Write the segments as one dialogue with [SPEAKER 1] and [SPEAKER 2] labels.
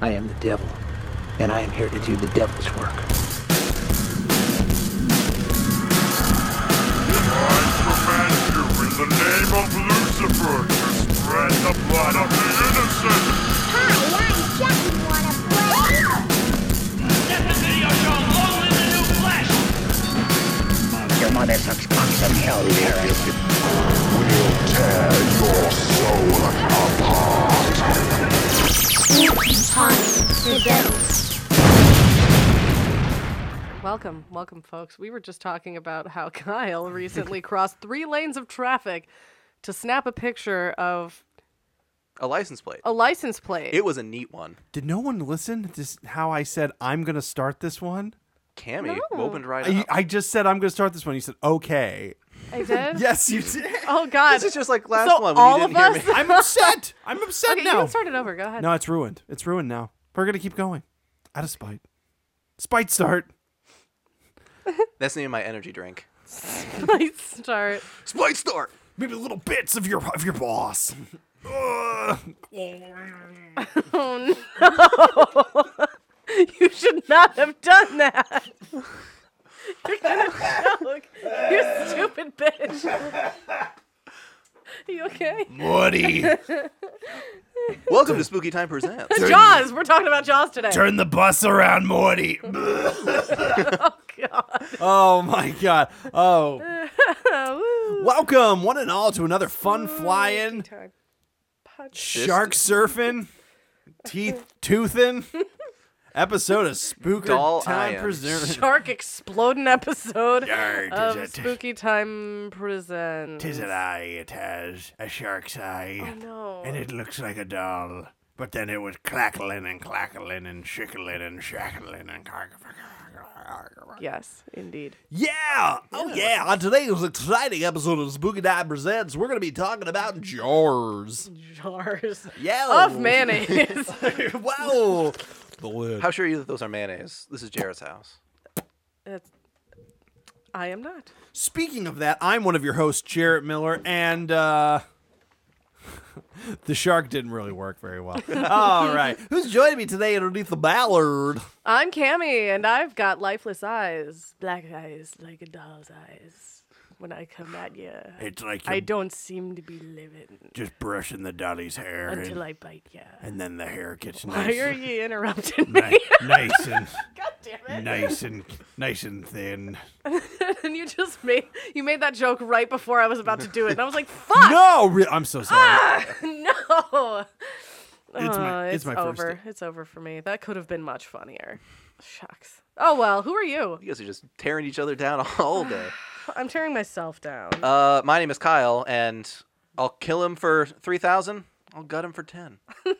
[SPEAKER 1] I am the devil, and I am here to do the devil's work.
[SPEAKER 2] I command you in the name of Lucifer to spread the blood of the innocent.
[SPEAKER 3] Deputy O'Shaw, long live the new flesh!
[SPEAKER 1] Your mother sucks cocks and hell,
[SPEAKER 4] Welcome, welcome, folks. We were just talking about how Kyle recently crossed three lanes of traffic to snap a picture of
[SPEAKER 5] A license plate.
[SPEAKER 4] a license plate.
[SPEAKER 5] It was a neat one.
[SPEAKER 6] Did no one listen to s- how I said I'm gonna start this one?
[SPEAKER 5] Cammy opened right
[SPEAKER 6] I,
[SPEAKER 5] up.
[SPEAKER 6] I just said I'm gonna start this one. You said okay.
[SPEAKER 4] I did?
[SPEAKER 6] Yes, you did.
[SPEAKER 4] Oh, God.
[SPEAKER 5] this is just like last
[SPEAKER 4] So
[SPEAKER 5] one.
[SPEAKER 4] all
[SPEAKER 5] When you
[SPEAKER 4] of
[SPEAKER 5] didn't hear
[SPEAKER 4] us-
[SPEAKER 5] me.
[SPEAKER 6] I'm upset. I'm upset
[SPEAKER 4] okay, you
[SPEAKER 6] now.
[SPEAKER 4] can start it over. Go ahead.
[SPEAKER 6] no, it's ruined. It's ruined now. We're gonna keep going. Out of spite. Spite start.
[SPEAKER 5] That's the name of my energy drink.
[SPEAKER 4] Please start.
[SPEAKER 5] Spite Star.
[SPEAKER 6] Maybe little bits of your of your boss. Ugh.
[SPEAKER 4] Oh, You should not have done that. You're gonna choke. You stupid bitch. Are you okay?
[SPEAKER 6] Woody,
[SPEAKER 5] Welcome to Spooky Time Presents.
[SPEAKER 4] Jaws. We're talking about Jaws today.
[SPEAKER 6] turn the bus around, Morty.
[SPEAKER 4] Oh God.
[SPEAKER 6] oh my god. Oh.
[SPEAKER 4] Woo.
[SPEAKER 6] Welcome, one and all, to another fun flying,
[SPEAKER 4] Time.
[SPEAKER 6] shark surfing, teeth toothing episode of Spooker
[SPEAKER 5] Doll
[SPEAKER 6] Time
[SPEAKER 5] iron.
[SPEAKER 6] Preserve.
[SPEAKER 4] Shark exploding episode
[SPEAKER 6] Yarr, tis
[SPEAKER 4] of
[SPEAKER 6] a- tis-
[SPEAKER 4] Spooky Time Prison.
[SPEAKER 6] Tis an eye, it has a shark's eye,
[SPEAKER 4] Oh, no.
[SPEAKER 6] and it looks like a doll. But then it was clackling and clackling and shickling and shackling and
[SPEAKER 4] Yes, indeed.
[SPEAKER 6] yeah, oh yeah! On today's exciting episode of Spooky Time Presents, we're gonna be talking about jars.
[SPEAKER 4] Jars
[SPEAKER 6] Yeah,
[SPEAKER 4] of mayonnaise.
[SPEAKER 6] wow, the lid.
[SPEAKER 5] How sure are you that those are mayonnaise? This is Jared's house.
[SPEAKER 4] That's- I am not.
[SPEAKER 6] Speaking of that, I'm one of your hosts, Jarrett Miller, and uh, the shark didn't really work very well. All right, who's joining me today underneath the ballard?
[SPEAKER 4] I'm Cammy, and I've got lifeless eyes, black eyes like a doll's eyes. When I come at you,
[SPEAKER 6] It's like
[SPEAKER 4] I don't seem to be living
[SPEAKER 6] just brushing the dolly's hair,
[SPEAKER 4] until I bite you.
[SPEAKER 6] then the hair gets
[SPEAKER 4] Why are you interrupting me?
[SPEAKER 6] nice and
[SPEAKER 4] God damn it!
[SPEAKER 6] nice and nice and thin.
[SPEAKER 4] and you just made you made that joke right before I was about to do it, and I was like, "Fuck!"
[SPEAKER 6] No, re- I'm so sorry.
[SPEAKER 4] no.
[SPEAKER 6] It's my-
[SPEAKER 4] Uh,
[SPEAKER 6] it's my first
[SPEAKER 4] over. Oh, It's over for me. That could have been much funnier. Shucks. Oh well. Who are you?
[SPEAKER 5] You guys are just tearing each other down all day.
[SPEAKER 4] I'm tearing myself down.
[SPEAKER 5] Uh, my name is Kyle, and I'll kill him for three thousand. I'll gut him for ten.
[SPEAKER 4] All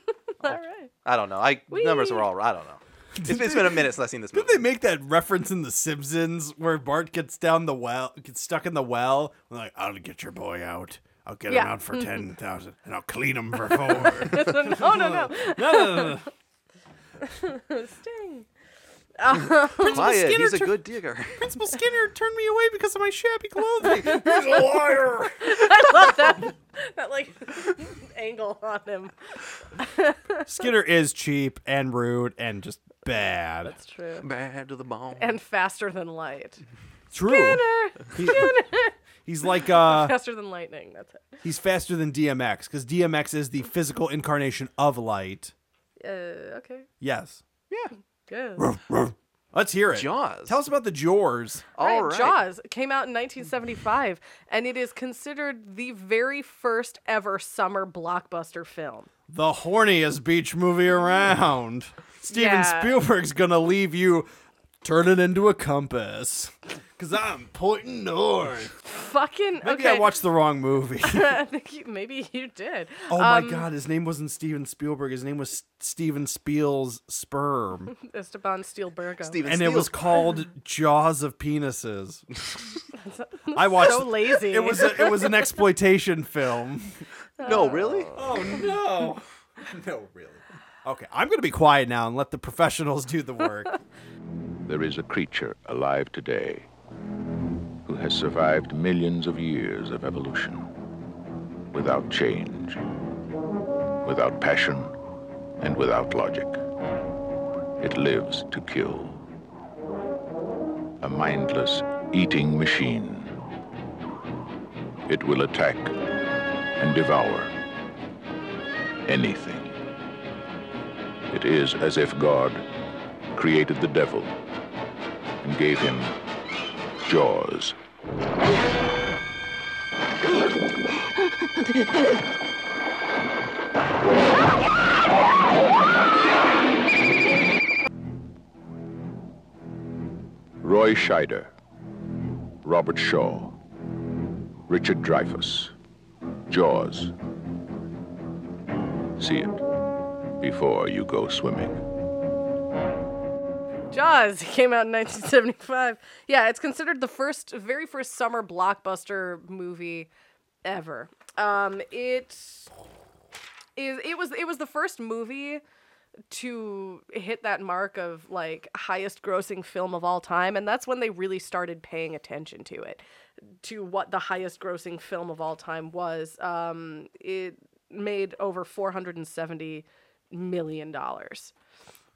[SPEAKER 4] right.
[SPEAKER 5] I don't know. I numbers are all. I don't know. It's, it's been a minute since I've seen this movie.
[SPEAKER 6] Did they make that reference in The Simpsons where Bart gets down the well, gets stuck in the well? and like, I'll get your boy out. I'll get him
[SPEAKER 4] Yeah.
[SPEAKER 6] out for ten thousand, and I'll clean him for four.
[SPEAKER 4] Oh no no.
[SPEAKER 6] no, no, no, no.
[SPEAKER 4] Sting.
[SPEAKER 5] Quiet. He's a good digger.
[SPEAKER 6] Principal Skinner turned me away because of my shabby clothing. He's a liar.
[SPEAKER 4] That like angle on him.
[SPEAKER 6] Skinner is cheap and rude and just bad.
[SPEAKER 4] It's true.
[SPEAKER 5] Bad to the bone.
[SPEAKER 4] And faster than light.
[SPEAKER 6] True. He- he's like uh,
[SPEAKER 4] Faster than lightning. That's it.
[SPEAKER 6] he's faster than DMX because DMX is the physical incarnation of light.
[SPEAKER 4] Uh, okay.
[SPEAKER 6] Yes.
[SPEAKER 4] Good.
[SPEAKER 6] Let's hear it.
[SPEAKER 5] Jaws.
[SPEAKER 6] Tell us about the Jors.
[SPEAKER 5] all
[SPEAKER 4] Right,
[SPEAKER 5] right.
[SPEAKER 4] Jaws came out in 1975, and it is considered the very first ever summer blockbuster film.
[SPEAKER 6] the horniest beach movie around. Steven
[SPEAKER 4] Yeah.
[SPEAKER 6] Spielberg's gonna leave you turning into a compass. Cause I'm pointing north.
[SPEAKER 4] Fucking
[SPEAKER 6] Maybe
[SPEAKER 4] okay.
[SPEAKER 6] I watched the wrong movie.
[SPEAKER 4] I think you, maybe you did.
[SPEAKER 6] oh my
[SPEAKER 4] Um,
[SPEAKER 6] god, his name wasn't Steven Spielberg. His name was S- Steven Spiel's sperm,
[SPEAKER 4] Esteban Spielberg.
[SPEAKER 5] Steven
[SPEAKER 6] and it
[SPEAKER 5] Spielberg.
[SPEAKER 6] was called Jaws of Penises. I watched.
[SPEAKER 4] so lazy.
[SPEAKER 6] It was a, it was an exploitation film.
[SPEAKER 5] No, really?
[SPEAKER 6] Oh no, no really. Okay, I'm gonna be quiet now and let the professionals do the work.
[SPEAKER 7] there is a creature alive today who has survived millions of years of evolution without change, without passion, and without logic. It lives to kill. A mindless eating machine. It will attack and devour anything. It is as if God created the devil and gave him jaws. Roy Scheider, Robert Shaw, Richard Dreyfuss, Jaws. See it before you go swimming.
[SPEAKER 4] Jaws came out in 1975. Yeah, it's considered the first, very first summer blockbuster movie ever. Um, it is. It was. It was the first movie to hit that mark of like highest grossing film of all time, and that's when they really started paying attention to it, to what the highest grossing film of all time was. Um, it made over 470 million dollars.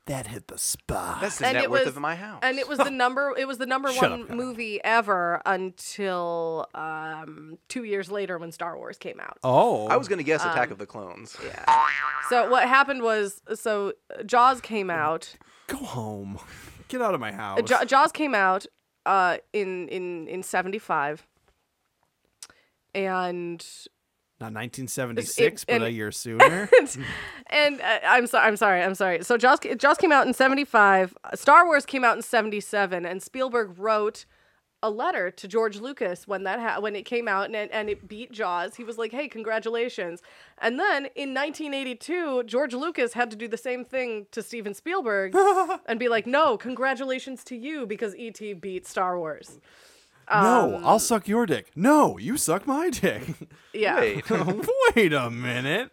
[SPEAKER 6] That hit the spot.
[SPEAKER 5] That's the net worth of my house.
[SPEAKER 4] And it was the number. It was the number
[SPEAKER 6] Shut
[SPEAKER 4] one
[SPEAKER 6] up, Kyle.
[SPEAKER 4] movie ever until um, two years later when Star Wars came out.
[SPEAKER 6] oh,
[SPEAKER 5] I was gonna guess Attack of the Clones. Yeah.
[SPEAKER 4] So what happened was, so Jaws came out.
[SPEAKER 6] go home. Get out of my house.
[SPEAKER 4] Ja- Jaws came out uh, in in in seventy five. And
[SPEAKER 6] Not 1976,
[SPEAKER 4] It's- it-
[SPEAKER 6] but
[SPEAKER 4] and-
[SPEAKER 6] a year sooner.
[SPEAKER 4] and uh, I'm sorry, I'm sorry, I'm sorry. So Jaws, Jaws came out in '75. Star Wars came out in '77, and Spielberg wrote a letter to George Lucas when that ha- when it came out, and it, and it beat Jaws. He was like, "Hey, congratulations!" And then in 1982, George Lucas had to do the same thing to Steven Spielberg and be like, "No, congratulations to you because ET beat Star Wars." Um,
[SPEAKER 6] no, I'll suck your dick. No, you suck my dick.
[SPEAKER 4] Yeah.
[SPEAKER 6] Wait a minute.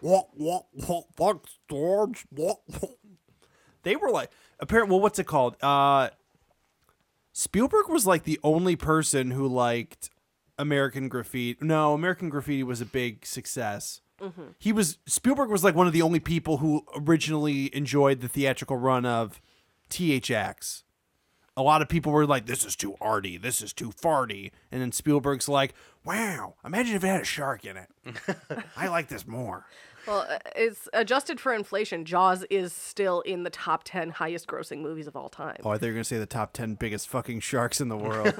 [SPEAKER 6] What? What? What? Fuck George. What? what? They were like apparent. Well, what's it called? Uh, Spielberg was like the only person who liked American Graffiti. No, American Graffiti was a big success. He was Spielberg was like one of the only people who originally enjoyed the theatrical run of THX a lot of people were like, "This is too arty. This is too farty." And then Spielberg's like, "Wow, imagine if it had a shark in it. I like this more."
[SPEAKER 4] Well, uh, it's adjusted for inflation. Jaws is still in the top 10 highest grossing movies of all time.
[SPEAKER 6] Oh, I thought you were gonna say the top ten biggest fucking sharks in the world.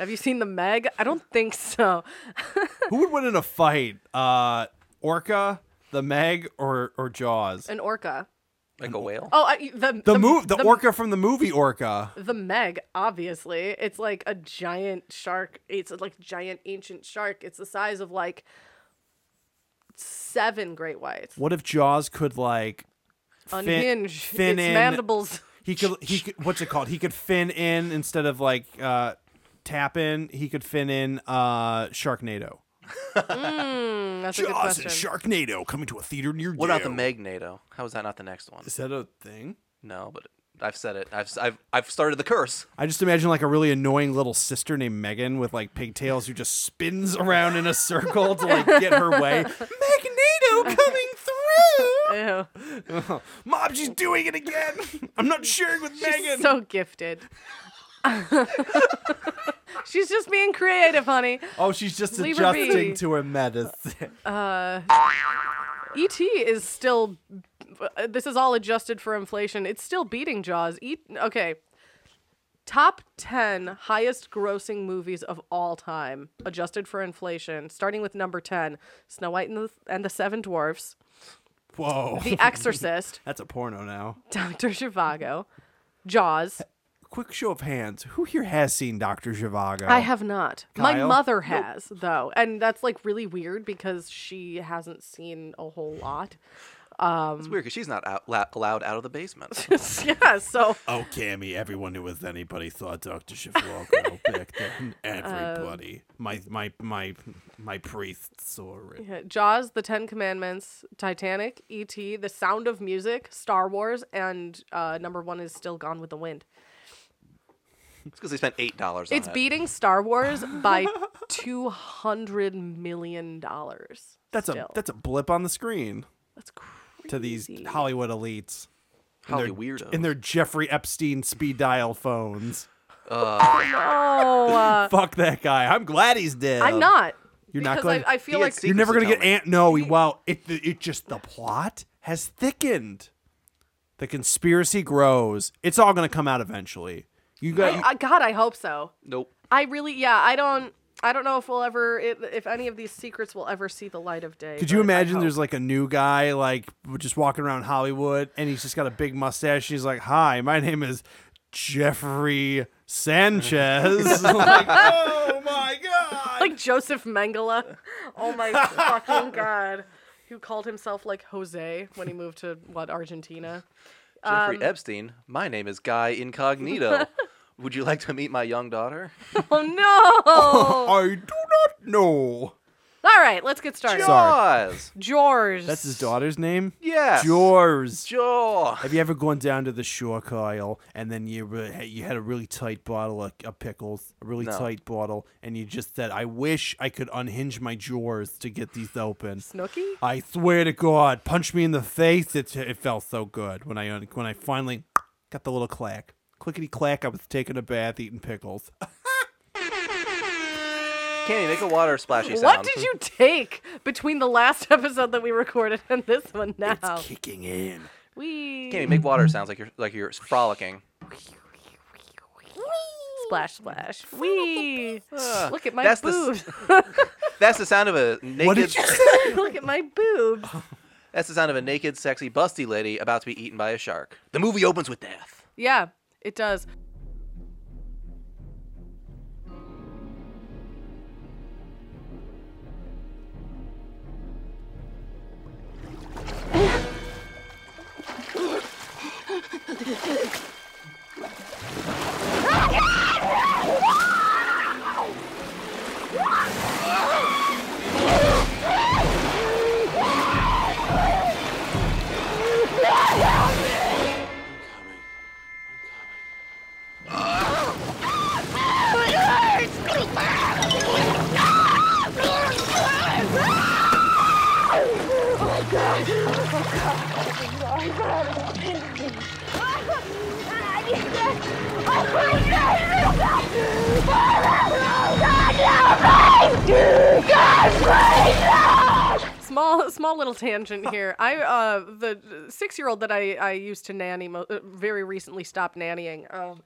[SPEAKER 4] Have you seen The Meg? I don't think so.
[SPEAKER 6] Who would win in a fight? Uh, orca, the Meg, or or Jaws?
[SPEAKER 4] An orca.
[SPEAKER 5] Like a whale.
[SPEAKER 4] Oh, I, the
[SPEAKER 6] the move, the, orca from the movie Orca.
[SPEAKER 4] The Meg, obviously, it's like a giant shark. It's like giant ancient shark. It's the size of like seven great whites.
[SPEAKER 6] What if Jaws could like fin-
[SPEAKER 4] Unhinge
[SPEAKER 6] fin
[SPEAKER 4] its
[SPEAKER 6] in-
[SPEAKER 4] mandibles.
[SPEAKER 6] He could he could what's it called? He could fin in instead of like uh, tap in. He could fin in uh, Sharknado.
[SPEAKER 4] That's a good question.
[SPEAKER 6] Sharknado coming to a theater near
[SPEAKER 5] What about the Magneto? How is that not the next one?
[SPEAKER 6] Is that a thing?
[SPEAKER 5] No, but I've said it. I've I've I've started the curse.
[SPEAKER 6] I just imagine like a really annoying little sister named Megan with like pigtails who just spins around in a circle to like get her way. Magneto coming through.
[SPEAKER 4] Ew.
[SPEAKER 6] Mom, she's doing it again. I'm not sharing with Megan.
[SPEAKER 4] so gifted. She's just being creative, honey.
[SPEAKER 6] oh, she's just
[SPEAKER 4] Leave her be.
[SPEAKER 6] adjusting to her medicine.
[SPEAKER 4] ET E is still. uh, This is all adjusted for inflation. It's still beating Jaws. E- okay. Top 10 highest grossing movies of all time, adjusted for inflation, starting with number 10 Snow White and the, and the Seven Dwarfs,
[SPEAKER 6] Whoa.
[SPEAKER 4] The Exorcist,
[SPEAKER 6] That's a porno now.
[SPEAKER 4] Dr. Zhivago, Jaws.
[SPEAKER 6] Quick show of hands. Who here has seen Dr. Zhivago?
[SPEAKER 4] I have not. My
[SPEAKER 6] Kyle?
[SPEAKER 4] mother has, though. And that's like really weird because she hasn't seen a whole lot.
[SPEAKER 5] It's weird because she's not out, la- allowed out of the basement.
[SPEAKER 4] yeah, so.
[SPEAKER 6] Oh, Cammy, everyone who was anybody thought Dr. Shivago back then. Everybody. my my my my priest saw it.
[SPEAKER 4] Um, Yeah, Jaws, The Ten Commandments, Titanic, E.T., The Sound of Music, Star Wars, and uh, number one is still Gone with the Wind.
[SPEAKER 5] it's because they spent eight dollars. on
[SPEAKER 4] It's
[SPEAKER 5] it.
[SPEAKER 4] beating Star Wars by two hundred million dollars.
[SPEAKER 6] That's a
[SPEAKER 4] still.
[SPEAKER 6] that's a blip on the screen.
[SPEAKER 4] that's
[SPEAKER 6] to these
[SPEAKER 4] Crazy.
[SPEAKER 6] Hollywood elites
[SPEAKER 5] Holly
[SPEAKER 6] their-
[SPEAKER 5] weirdo.
[SPEAKER 6] in their Jeffrey Epstein speed dial phones.
[SPEAKER 4] Oh, uh,
[SPEAKER 6] Fuck that guy. I'm glad he's dead.
[SPEAKER 4] I'm not.
[SPEAKER 6] You're not
[SPEAKER 4] because
[SPEAKER 6] glad-
[SPEAKER 4] I, I feel
[SPEAKER 5] He had
[SPEAKER 4] like
[SPEAKER 5] secret-
[SPEAKER 6] You're never gonna
[SPEAKER 5] Secret's
[SPEAKER 6] get Ant. No, he- well, it it just the plot has thickened. The conspiracy grows. It's all gonna come out eventually. You got.
[SPEAKER 4] I, I, God, I hope so.
[SPEAKER 5] nope.
[SPEAKER 4] I really, yeah, I don't, I don't know if we'll ever, if, if any of these secrets will ever see the light of day.
[SPEAKER 6] could you
[SPEAKER 4] but I
[SPEAKER 6] imagine?
[SPEAKER 4] hope.
[SPEAKER 6] There's like a new guy, like just walking around Hollywood, and he's just got a big mustache. He's like, "Hi, my name is Jeffrey Sanchez." Like, oh my god!
[SPEAKER 4] like Joseph Mengele. Oh my fucking god. Who called himself like Jose when he moved to what Argentina?
[SPEAKER 5] Jeffrey Epstein. My name is Guy Incognito. Would you like to meet my young daughter?
[SPEAKER 4] Oh no!
[SPEAKER 6] I do not know.
[SPEAKER 4] All right, let's get started.
[SPEAKER 6] Sorry.
[SPEAKER 5] Jaws.
[SPEAKER 4] George.
[SPEAKER 6] That's his daughter's name.
[SPEAKER 5] Yes.
[SPEAKER 6] Yours.
[SPEAKER 5] Jaw.
[SPEAKER 6] Have you ever gone down to the shore, Kyle, and then you re- you had a really tight bottle of, of pickles, a really
[SPEAKER 5] No.
[SPEAKER 6] tight bottle, and you just said, "I wish I could unhinge my drawers to get these open."
[SPEAKER 4] Snooky.
[SPEAKER 6] I swear to God, punch me in the face! It it felt so good when I un- when I finally got the little clack, clickety clack. I was taking a bath, eating pickles.
[SPEAKER 5] Can't you make a water splashy sound?
[SPEAKER 4] What did you take between the last episode that we recorded and this one now?
[SPEAKER 6] Kicking in.
[SPEAKER 4] We
[SPEAKER 5] Can't you make water sounds like you're like you're frolicking?
[SPEAKER 4] splash splash. We look at my
[SPEAKER 5] that's the
[SPEAKER 4] boobs.
[SPEAKER 5] s- That's the sound of a naked.
[SPEAKER 6] What did you say?
[SPEAKER 4] look at my boobs.
[SPEAKER 5] That's the sound of a naked, sexy, busty lady about to be eaten by a shark. The movie opens with death.
[SPEAKER 4] Yeah, it does. small small little tangent here. I uh the six year old that I I used to nanny mo- uh, very recently stopped nannying. Um,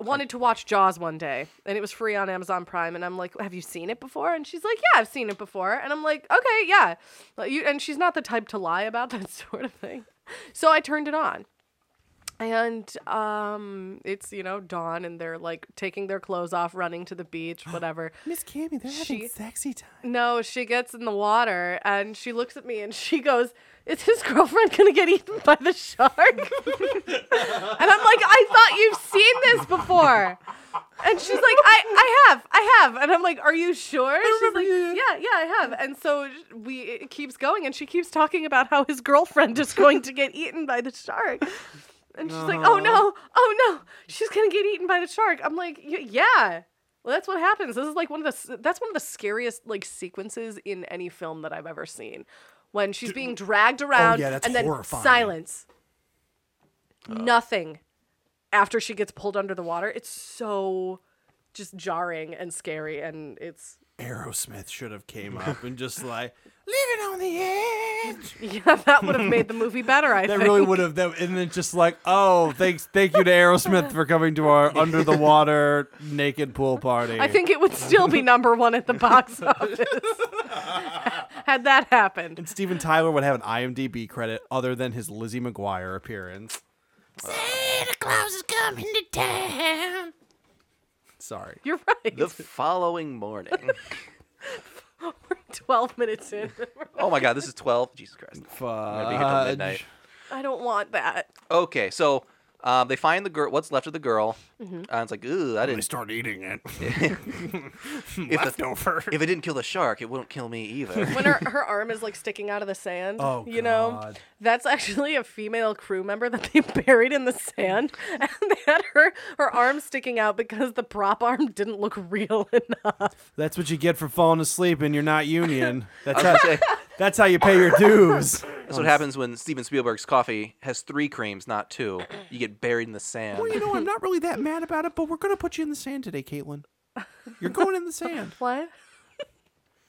[SPEAKER 4] wanted to watch Jaws one day, and it was free on Amazon Prime. And I'm like, "Have you seen it before?" And she's like, "Yeah, I've seen it before." And I'm like, "Okay, yeah." Like, you, and she's not the type to lie about that sort of thing. So I turned it on. And um, it's you know dawn, and they're like taking their clothes off, running to the beach, whatever.
[SPEAKER 6] Miss Cammy, they're
[SPEAKER 4] She-
[SPEAKER 6] having sexy time.
[SPEAKER 4] No, she gets in the water and she looks at me and she goes, Is his girlfriend gonna get eaten by the shark? and I'm like, I thought you've seen this before. And she's like, I, I have, I have. And I'm like, Are you sure? she's
[SPEAKER 6] remember
[SPEAKER 4] like,
[SPEAKER 6] you.
[SPEAKER 4] Yeah, yeah, I have. And so we it keeps going and she keeps talking about how his girlfriend is going to get eaten by the shark. And she's like, "Oh no, oh no, she's gonna get eaten by the shark." I'm like, "Y- "Yeah, well, that's what happens. This is like one of the s- that's one of the scariest like sequences in any film that I've ever seen, when she's being dragged around
[SPEAKER 6] oh, yeah, that's
[SPEAKER 4] and then
[SPEAKER 6] horrifying. Uh.
[SPEAKER 4] silence, nothing, after she gets pulled under the water. It's so just jarring and scary, and it's
[SPEAKER 6] Aerosmith should have came up and just like leave it on the edge.
[SPEAKER 4] yeah, that would have made the movie better. I
[SPEAKER 6] That
[SPEAKER 4] think.
[SPEAKER 6] really would have that and then just like, oh, thanks thank you to Aerosmith for coming to our under the water naked pool party.
[SPEAKER 4] I think it would still be number one at the box office had that happened.
[SPEAKER 6] and Steven Tyler would have an IMDB credit other than his Lizzie McGuire appearance. Santa Claus is coming to town. Sorry.
[SPEAKER 4] You're right.
[SPEAKER 5] The following morning.
[SPEAKER 4] 12 minutes in.
[SPEAKER 5] oh my God, this is twelve. Jesus Christ. I'm gonna be here till
[SPEAKER 6] Fudge.
[SPEAKER 5] midnight.
[SPEAKER 4] I don't want that.
[SPEAKER 5] Okay, so um, they find the girl. What's left of the girl? And it's like, ooh, I
[SPEAKER 6] I
[SPEAKER 5] didn't.
[SPEAKER 6] start eating it.
[SPEAKER 5] If, the-
[SPEAKER 6] Leftover.
[SPEAKER 5] if it didn't kill the shark, it wouldn't kill me either.
[SPEAKER 4] When her, her arm is like sticking out of the sand,
[SPEAKER 6] Oh,
[SPEAKER 4] you know,
[SPEAKER 6] God.
[SPEAKER 4] that's actually a female crew member that they buried in the sand, and they had her her arm sticking out because the prop arm didn't look real enough.
[SPEAKER 6] That's what you get for falling asleep and you're not union. That's
[SPEAKER 5] I
[SPEAKER 6] how,
[SPEAKER 5] was gonna say,
[SPEAKER 6] that's how you pay your dues.
[SPEAKER 5] That's what happens when Steven Spielberg's coffee has three creams, not two. You get buried in the sand.
[SPEAKER 6] Well, you know, I'm not really that mad about it, but we're gonna put you in the sand today, Caitlin. You're going in the sand.
[SPEAKER 4] What?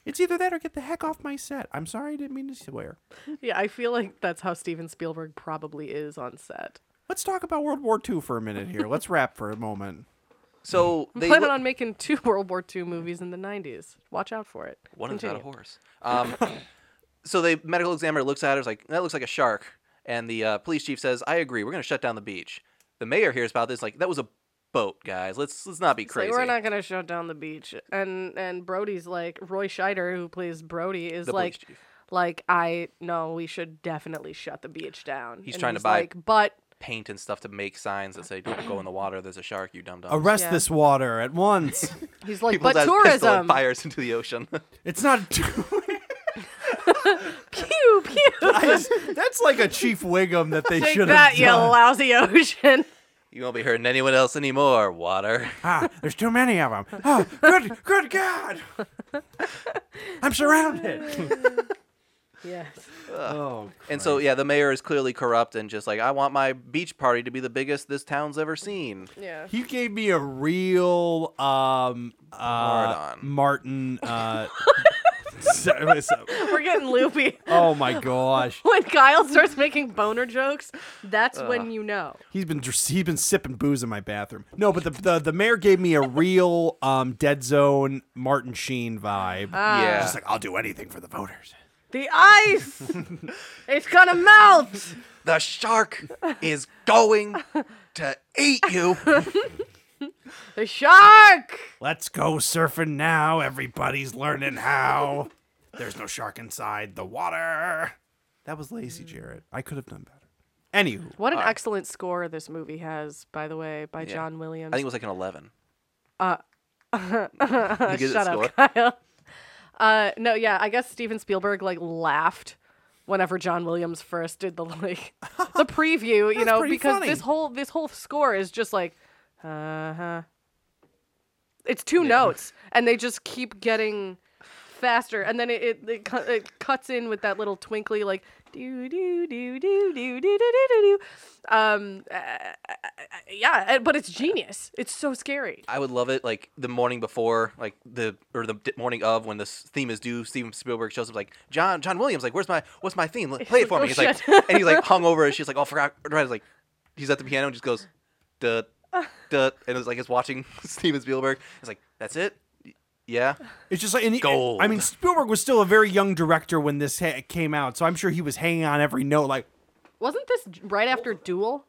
[SPEAKER 6] It's either that or get the heck off my set. I'm sorry, I didn't mean to swear.
[SPEAKER 4] Yeah, I feel like that's how Steven Spielberg probably is on set.
[SPEAKER 6] Let's talk about World War II for a minute here. Let's wrap for a moment.
[SPEAKER 5] So they
[SPEAKER 4] Planning
[SPEAKER 5] look-
[SPEAKER 4] on making two World War II movies in the 90s. Watch out for it.
[SPEAKER 5] One of them's got a
[SPEAKER 4] Continue.
[SPEAKER 5] horse. Um, so the medical examiner looks at it, is like, that looks like a shark. And the uh, police chief says, I agree. We're going to shut down the beach. The mayor hears about this, like, that was a boat, guys. Let's let's not be
[SPEAKER 4] It's
[SPEAKER 5] crazy.
[SPEAKER 4] Like, we're not gonna shut down the beach. And and Brody's like Roy Scheider, who plays Brody, is
[SPEAKER 5] The police
[SPEAKER 4] like,
[SPEAKER 5] chief.
[SPEAKER 4] like I no, we should definitely shut the beach down.
[SPEAKER 5] He's
[SPEAKER 4] And
[SPEAKER 5] trying to buy-
[SPEAKER 4] Like, but
[SPEAKER 5] Paint and stuff to make signs that say, don't go in the water. There's a shark, you dumb dumb.
[SPEAKER 6] Arrest
[SPEAKER 4] Yeah.
[SPEAKER 6] this water at once.
[SPEAKER 4] he's like,
[SPEAKER 5] People
[SPEAKER 4] but
[SPEAKER 5] that pistol and
[SPEAKER 4] tourism.
[SPEAKER 5] fires into the ocean.
[SPEAKER 6] it's not.
[SPEAKER 4] Pew pew.
[SPEAKER 6] that's like a Chief Wiggum that they
[SPEAKER 4] Take
[SPEAKER 6] should
[SPEAKER 4] that,
[SPEAKER 6] have
[SPEAKER 4] you lousy ocean.
[SPEAKER 5] you won't be hurting anyone else anymore, water.
[SPEAKER 6] Ah, there's too many of them. Oh, good, good God! I'm surrounded.
[SPEAKER 4] yes.
[SPEAKER 6] Oh,
[SPEAKER 5] And so, yeah, the mayor is clearly corrupt and just like, I want my beach party to be the biggest this town's ever seen.
[SPEAKER 4] Yeah.
[SPEAKER 6] he gave me a real um uh,
[SPEAKER 5] Mardon.
[SPEAKER 6] Martin. Uh, so- so-
[SPEAKER 4] We're getting loopy.
[SPEAKER 6] oh my gosh,
[SPEAKER 4] When Kyle starts making boner jokes, that's when you know.
[SPEAKER 6] he's been dr- he's been sipping booze in my bathroom. No, but the the, the mayor gave me a real um dead zone Martin Sheen vibe.
[SPEAKER 4] Ah.
[SPEAKER 5] yeah.
[SPEAKER 6] Just like I'll do anything for the voters.
[SPEAKER 4] The ice! it's gonna melt!
[SPEAKER 5] The shark is going to eat you.
[SPEAKER 4] The shark!
[SPEAKER 6] Let's go surfing now. Everybody's learning how. There's no shark inside the water. That was lazy, Jared. I could have done better. Anywho,
[SPEAKER 4] What an excellent score this movie has, by the way, by John Williams.
[SPEAKER 5] I think it was like an 11. Uh,
[SPEAKER 4] Shut up, Kyle. Uh, no, yeah, I guess Steven Spielberg like laughed whenever John Williams first did the like the preview, you
[SPEAKER 6] That's
[SPEAKER 4] know,
[SPEAKER 6] pretty
[SPEAKER 4] because
[SPEAKER 6] funny.
[SPEAKER 4] this whole this whole score is just like, uh huh. It's two notes, and they just keep getting faster, and then it it, it, cu- it cuts in with that little twinkly like do do do do do do do do do do. Um, uh, yeah, uh, but it's genius. It's so scary.
[SPEAKER 5] I would love it like the morning before, like the or the d- morning of when this theme is due. Steven Spielberg shows up like John John Williams like where's my what's my theme? Let- Play it for
[SPEAKER 4] like,
[SPEAKER 5] me.
[SPEAKER 4] "Oh,
[SPEAKER 5] He's like
[SPEAKER 4] shit.
[SPEAKER 5] and he's like hung over and she's like oh forgot. Right, It's like he's at the piano and just goes duh duh and it's like it's watching Steven Spielberg. It's like that's it. Y- Yeah,
[SPEAKER 6] it's just like and he-
[SPEAKER 5] Gold.
[SPEAKER 6] I mean, Spielberg was still a very young director when this ha- came out, so I'm sure he was hanging on every note. Like,
[SPEAKER 4] Wasn't this j- right after Duel?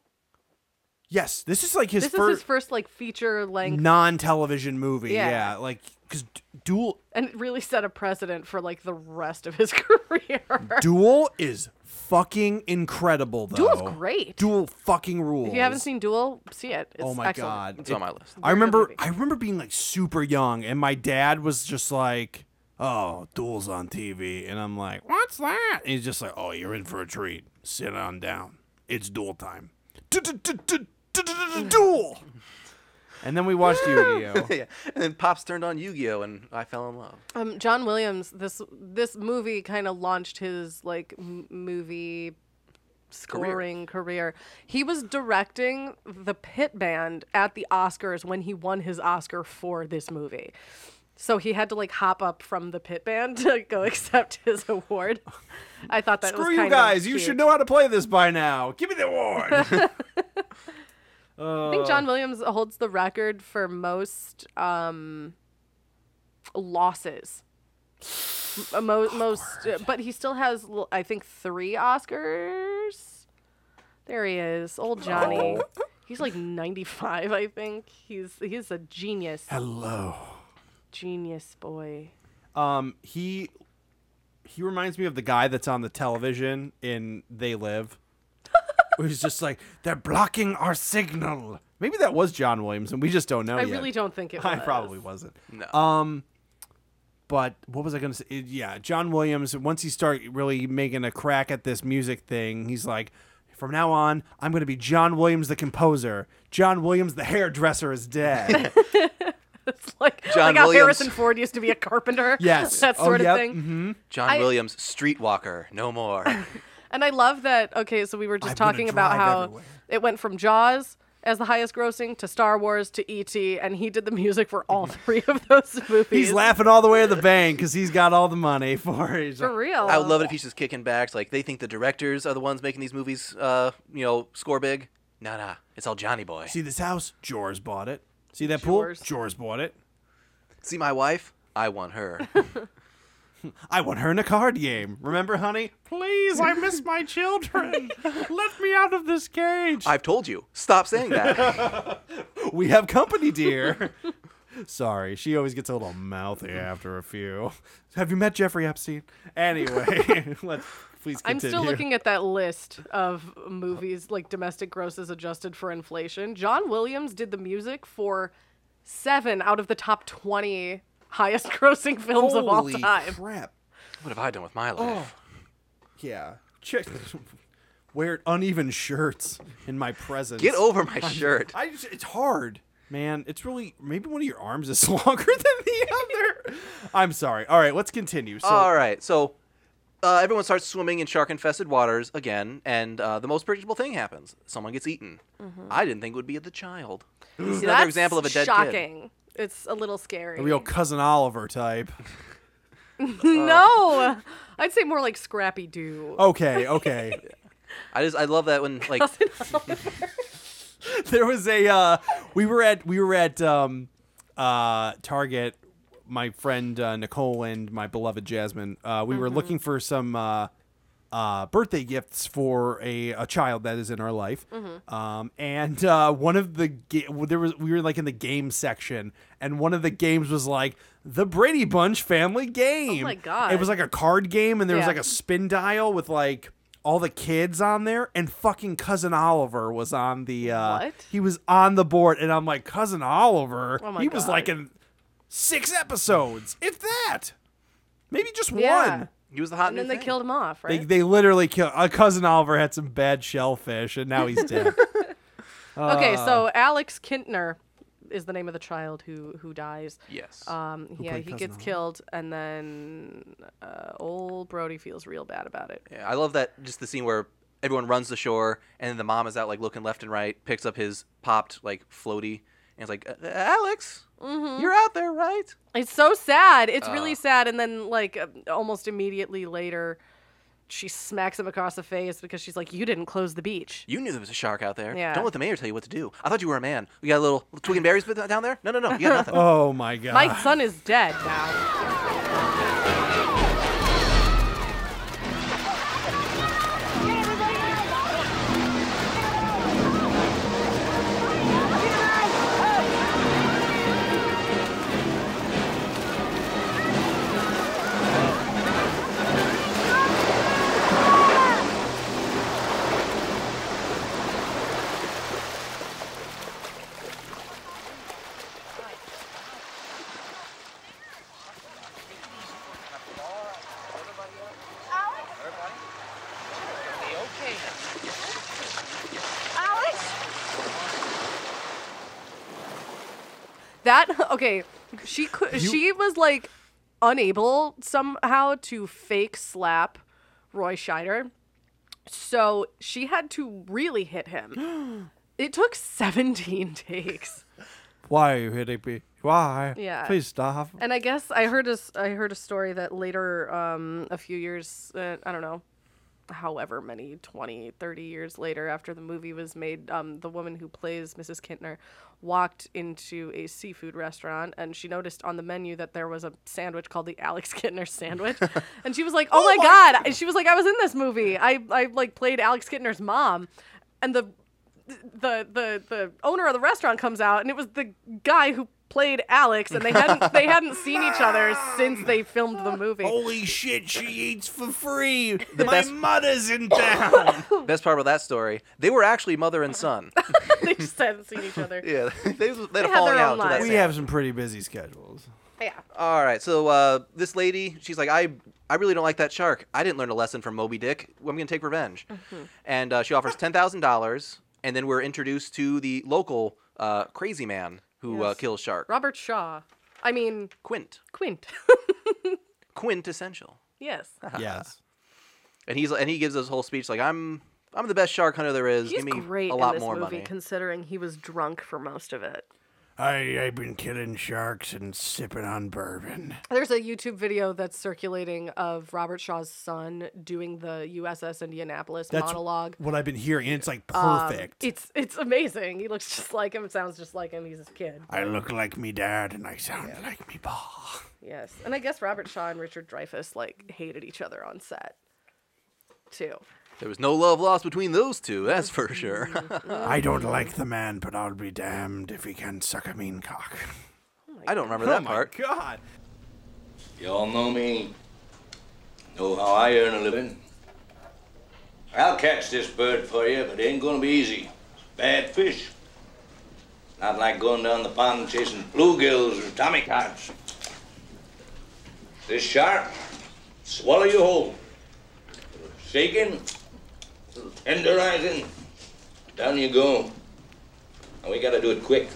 [SPEAKER 6] yes, this is like his
[SPEAKER 4] This is
[SPEAKER 6] first
[SPEAKER 4] his first like feature length,
[SPEAKER 6] non-television movie.
[SPEAKER 4] Yeah.
[SPEAKER 6] Yeah, like because Duel
[SPEAKER 4] and it really set a precedent for like the rest of his career.
[SPEAKER 6] Duel is fucking incredible. Though
[SPEAKER 4] Duel's great.
[SPEAKER 6] Duel fucking rules.
[SPEAKER 4] if you haven't seen Duel, see it. It's
[SPEAKER 6] oh my
[SPEAKER 4] excellent.
[SPEAKER 6] god,
[SPEAKER 5] it's
[SPEAKER 6] It-
[SPEAKER 5] on my list.
[SPEAKER 6] I remember
[SPEAKER 4] movie.
[SPEAKER 6] I remember being like super young and my dad was just like, "Oh, Duel's on TV." And I'm like, "What's that?" And he's just like, "Oh, you're in for a treat. Sit on down. It's Duel time." Duel. And then we watched Yu-Gi-Oh.
[SPEAKER 5] yeah, and then Pops turned on Yu Gi Oh and I fell in love.
[SPEAKER 4] Um, John Williams. This this movie kind of launched his like m- movie scoring career. He was directing the Pit Band at the Oscars when he won his Oscar for this movie. So he had to like hop up from the pit band to go accept his award. I thought that was
[SPEAKER 6] Screw you
[SPEAKER 4] kind of
[SPEAKER 6] guys. You
[SPEAKER 4] cute.
[SPEAKER 6] should know how to play this by now. Give me the award.
[SPEAKER 4] I think
[SPEAKER 6] Oh.
[SPEAKER 4] John Williams holds the record for most um, losses. M- Mo- most, uh, but he still has, l- I think, three Oscars. There he is,
[SPEAKER 6] Oh.
[SPEAKER 4] old Johnny. He's like 95, I think. He's he's a genius,
[SPEAKER 6] Hello.
[SPEAKER 4] genius boy.
[SPEAKER 6] Um, he he reminds me of the guy that's on the television in They Live, who's just like they're blocking our signal. Maybe that was John Williams, and we just don't know.
[SPEAKER 4] I
[SPEAKER 6] yet.
[SPEAKER 4] really don't think it.
[SPEAKER 6] I
[SPEAKER 4] was.
[SPEAKER 6] probably wasn't.
[SPEAKER 5] No.
[SPEAKER 6] Um, but what was I going to say? It- yeah, John Williams. Once he start really making a crack at this music thing, he's like, from now on, I'm going to be John Williams the composer. John Williams the hairdresser is dead.
[SPEAKER 4] It's like
[SPEAKER 5] John
[SPEAKER 4] like how
[SPEAKER 5] Williams.
[SPEAKER 4] Harrison Ford used to be a carpenter.
[SPEAKER 6] Yes.
[SPEAKER 4] that
[SPEAKER 6] Oh,
[SPEAKER 4] sort of
[SPEAKER 6] yep.
[SPEAKER 4] thing.
[SPEAKER 5] John Williams Streetwalker, no more.
[SPEAKER 4] And I love that. Okay, so we were just
[SPEAKER 6] I've been a
[SPEAKER 4] talking about
[SPEAKER 6] drag
[SPEAKER 4] how
[SPEAKER 6] everywhere.
[SPEAKER 4] it went from Jaws as the highest grossing to Star Wars to E.T., and he did the music for all three of those movies.
[SPEAKER 6] He's laughing all the way to the bank because he's got all the money for it. He's
[SPEAKER 4] For
[SPEAKER 6] like,
[SPEAKER 4] real.
[SPEAKER 5] I would love it if he's just kicking back. It's like they think the directors are the ones making these movies, uh, you know, score big. Nah, nah, it's all Johnny Boy. See,
[SPEAKER 6] See this house? Jors bought it. See that pool?
[SPEAKER 4] Jors.
[SPEAKER 6] Jors bought it.
[SPEAKER 5] my wife? I want her.
[SPEAKER 6] I want her in a card game. Remember, honey? Please, I miss my children. Let me out of this cage.
[SPEAKER 5] I've told you, stop saying that.
[SPEAKER 6] we have company, dear. Sorry, she always gets a little mouthy after a few. Have you met Jeffrey Epstein? Anyway, let's please continue.
[SPEAKER 4] I'm still looking at that list of movies like domestic grosses adjusted for inflation. John Williams did the music for seven out of the top 20 highest grossing films of all
[SPEAKER 6] Holy
[SPEAKER 4] time.
[SPEAKER 6] crap!
[SPEAKER 5] what have I done with my life?
[SPEAKER 6] Yeah, Check- wear uneven shirts in my presence.
[SPEAKER 5] Get over my shirt.
[SPEAKER 6] I just, it's hard, man. It's really maybe one of your arms is longer than the other. I'm sorry. All right, let's continue. So,
[SPEAKER 5] All right, so uh, everyone starts swimming in shark-infested waters again, and uh, the most predictable thing happens: someone gets eaten. I didn't think it would be the child. This is another
[SPEAKER 4] That's
[SPEAKER 5] example of a dead kid.
[SPEAKER 4] shocking. It's a little scary.
[SPEAKER 6] a real cousin Oliver type.
[SPEAKER 4] no, I'd say more like Scrappy Doo.
[SPEAKER 6] Okay, okay.
[SPEAKER 5] I just I love that when like
[SPEAKER 6] there was a uh, we were at we were at um, uh, Target. My friend uh, Nicole and my beloved Jasmine. Uh, we
[SPEAKER 4] Mm-hmm.
[SPEAKER 6] were looking for some uh, uh, birthday gifts for a, a child that is in our life.
[SPEAKER 4] Mm-hmm.
[SPEAKER 6] Um, and uh, one of the ga- there was we were like in the game section, and one of the games was like the Brady Bunch family
[SPEAKER 4] Oh
[SPEAKER 6] game.
[SPEAKER 4] my God.
[SPEAKER 6] It was like a card game, and there was
[SPEAKER 4] Yeah.
[SPEAKER 6] like a spin dial with like all the kids on there, and fucking cousin Oliver was on the. Uh,
[SPEAKER 4] What?
[SPEAKER 6] He was on the board, and I'm like cousin Oliver.
[SPEAKER 4] Oh my
[SPEAKER 6] he was
[SPEAKER 4] God.
[SPEAKER 6] like in six episodes, if that. Maybe just
[SPEAKER 4] Yeah.
[SPEAKER 6] one.
[SPEAKER 5] he was the hot
[SPEAKER 4] and
[SPEAKER 5] new
[SPEAKER 4] then they
[SPEAKER 5] thing.
[SPEAKER 4] killed him off,
[SPEAKER 6] They,
[SPEAKER 4] right?
[SPEAKER 6] they literally killed. Uh, cousin Oliver had some bad shellfish, and now he's dead.
[SPEAKER 4] okay,
[SPEAKER 6] Ah.
[SPEAKER 4] so Alex Kintner is the name of the child who who dies.
[SPEAKER 5] Yes.
[SPEAKER 4] Um, yeah,
[SPEAKER 6] played
[SPEAKER 4] he
[SPEAKER 6] Cousin
[SPEAKER 4] gets
[SPEAKER 6] Oliver?
[SPEAKER 4] killed, and then uh, old Brody feels real bad about it.
[SPEAKER 5] Yeah, I love that just the scene where everyone runs to shore and then the mom is out like looking left and right, picks up his popped like floaty, and it's like, "Uh, Alex,
[SPEAKER 4] Mm-hmm.
[SPEAKER 5] you're out there, right?
[SPEAKER 4] It's so sad. It's really
[SPEAKER 6] Ah.
[SPEAKER 4] sad. And then, like, uh, almost immediately later, she smacks him across the face because she's like, "You didn't close the beach."
[SPEAKER 5] You knew there was a shark out there.
[SPEAKER 4] Yeah.
[SPEAKER 5] Don't let the mayor tell you what to do. I thought you were a man. We got a little, little twig and berries bit down there. No, no, no, you got nothing.
[SPEAKER 6] oh my god!
[SPEAKER 4] My son is dead now. That okay? She could. She was like unable somehow to fake slap Roy Scheider, so she had to really hit him. it took seventeen takes.
[SPEAKER 6] Why are you hitting me? Why?
[SPEAKER 4] Yeah.
[SPEAKER 6] Please stop.
[SPEAKER 4] And I guess I heard a s- I heard a story that later, um, a few years, uh, I don't know, however many 20, 30 years later after the movie was made, um, the woman who plays Mrs. Kintner walked into a seafood restaurant and she noticed on the menu that there was a sandwich called the Alex Kintner sandwich, and she was like, "Oh, my, god. And she was like, "I was in this movie. I I like played Alex Kintner's mom," and the the the the owner of the restaurant comes out and it was the guy who played Alex and they hadn't they hadn't seen each other since they filmed the movie.
[SPEAKER 6] Holy shit! She eats for free. my
[SPEAKER 5] best-
[SPEAKER 6] mother's in town.
[SPEAKER 5] Best part about that story, they were actually mother and son.
[SPEAKER 4] they just hadn't seen each other. Yeah.
[SPEAKER 5] yeah, they, was- they had
[SPEAKER 4] their
[SPEAKER 5] a falling
[SPEAKER 4] own
[SPEAKER 5] out. to that
[SPEAKER 4] lives.
[SPEAKER 6] we
[SPEAKER 5] sand.
[SPEAKER 6] have some pretty busy schedules.
[SPEAKER 5] All right, so uh, this lady, she's like, I, I really don't like that shark. I didn't learn a lesson from Moby Dick. I'm gonna take revenge,
[SPEAKER 4] Mm-hmm.
[SPEAKER 5] and uh, she offers ten thousand dollars, and then we're introduced to the local uh, crazy man who uh,
[SPEAKER 4] Yes.
[SPEAKER 5] kills shark,
[SPEAKER 4] Robert Shaw. I mean
[SPEAKER 5] Quint,
[SPEAKER 4] Quint.
[SPEAKER 5] quintessential.
[SPEAKER 4] yes.
[SPEAKER 6] yes.
[SPEAKER 5] and he's and he gives this whole speech like I'm I'm the best shark hunter there is.
[SPEAKER 4] He's
[SPEAKER 5] Give me
[SPEAKER 4] great
[SPEAKER 5] a
[SPEAKER 4] in
[SPEAKER 5] lot
[SPEAKER 4] this
[SPEAKER 5] more
[SPEAKER 4] movie,
[SPEAKER 5] money.
[SPEAKER 4] considering he was drunk for most of it.
[SPEAKER 6] I I've been killing sharks and sipping on bourbon.
[SPEAKER 4] There's a YouTube video that's circulating of Robert Shaw's son doing the USS Indianapolis monologue.
[SPEAKER 6] what I've been hearing, and it's like
[SPEAKER 4] Um,
[SPEAKER 6] perfect.
[SPEAKER 4] It's it's amazing. He looks just like him, sounds just like him. He's his kid.
[SPEAKER 6] I look like me dad, and I sound like me pa.
[SPEAKER 4] Yes. And I guess Robert Shaw and Richard Dreyfuss like hated each other on set. Too.
[SPEAKER 5] There was no love lost between those two, that's for
[SPEAKER 4] Mm,
[SPEAKER 5] sure.
[SPEAKER 6] I don't like the man, but I'll be damned if he can suck a mean cock.
[SPEAKER 5] I don't
[SPEAKER 4] oh
[SPEAKER 5] remember that part.
[SPEAKER 6] Oh God.
[SPEAKER 8] Y'all know me. Know how I earn a living. I'll catch this bird for you, but it ain't gonna be easy. It's bad fish. Not like going down the pond chasing bluegills or tommycocks. This shark, swallow you whole. Little Shaking, little tenderizing. Down you go. And we gotta do it quick.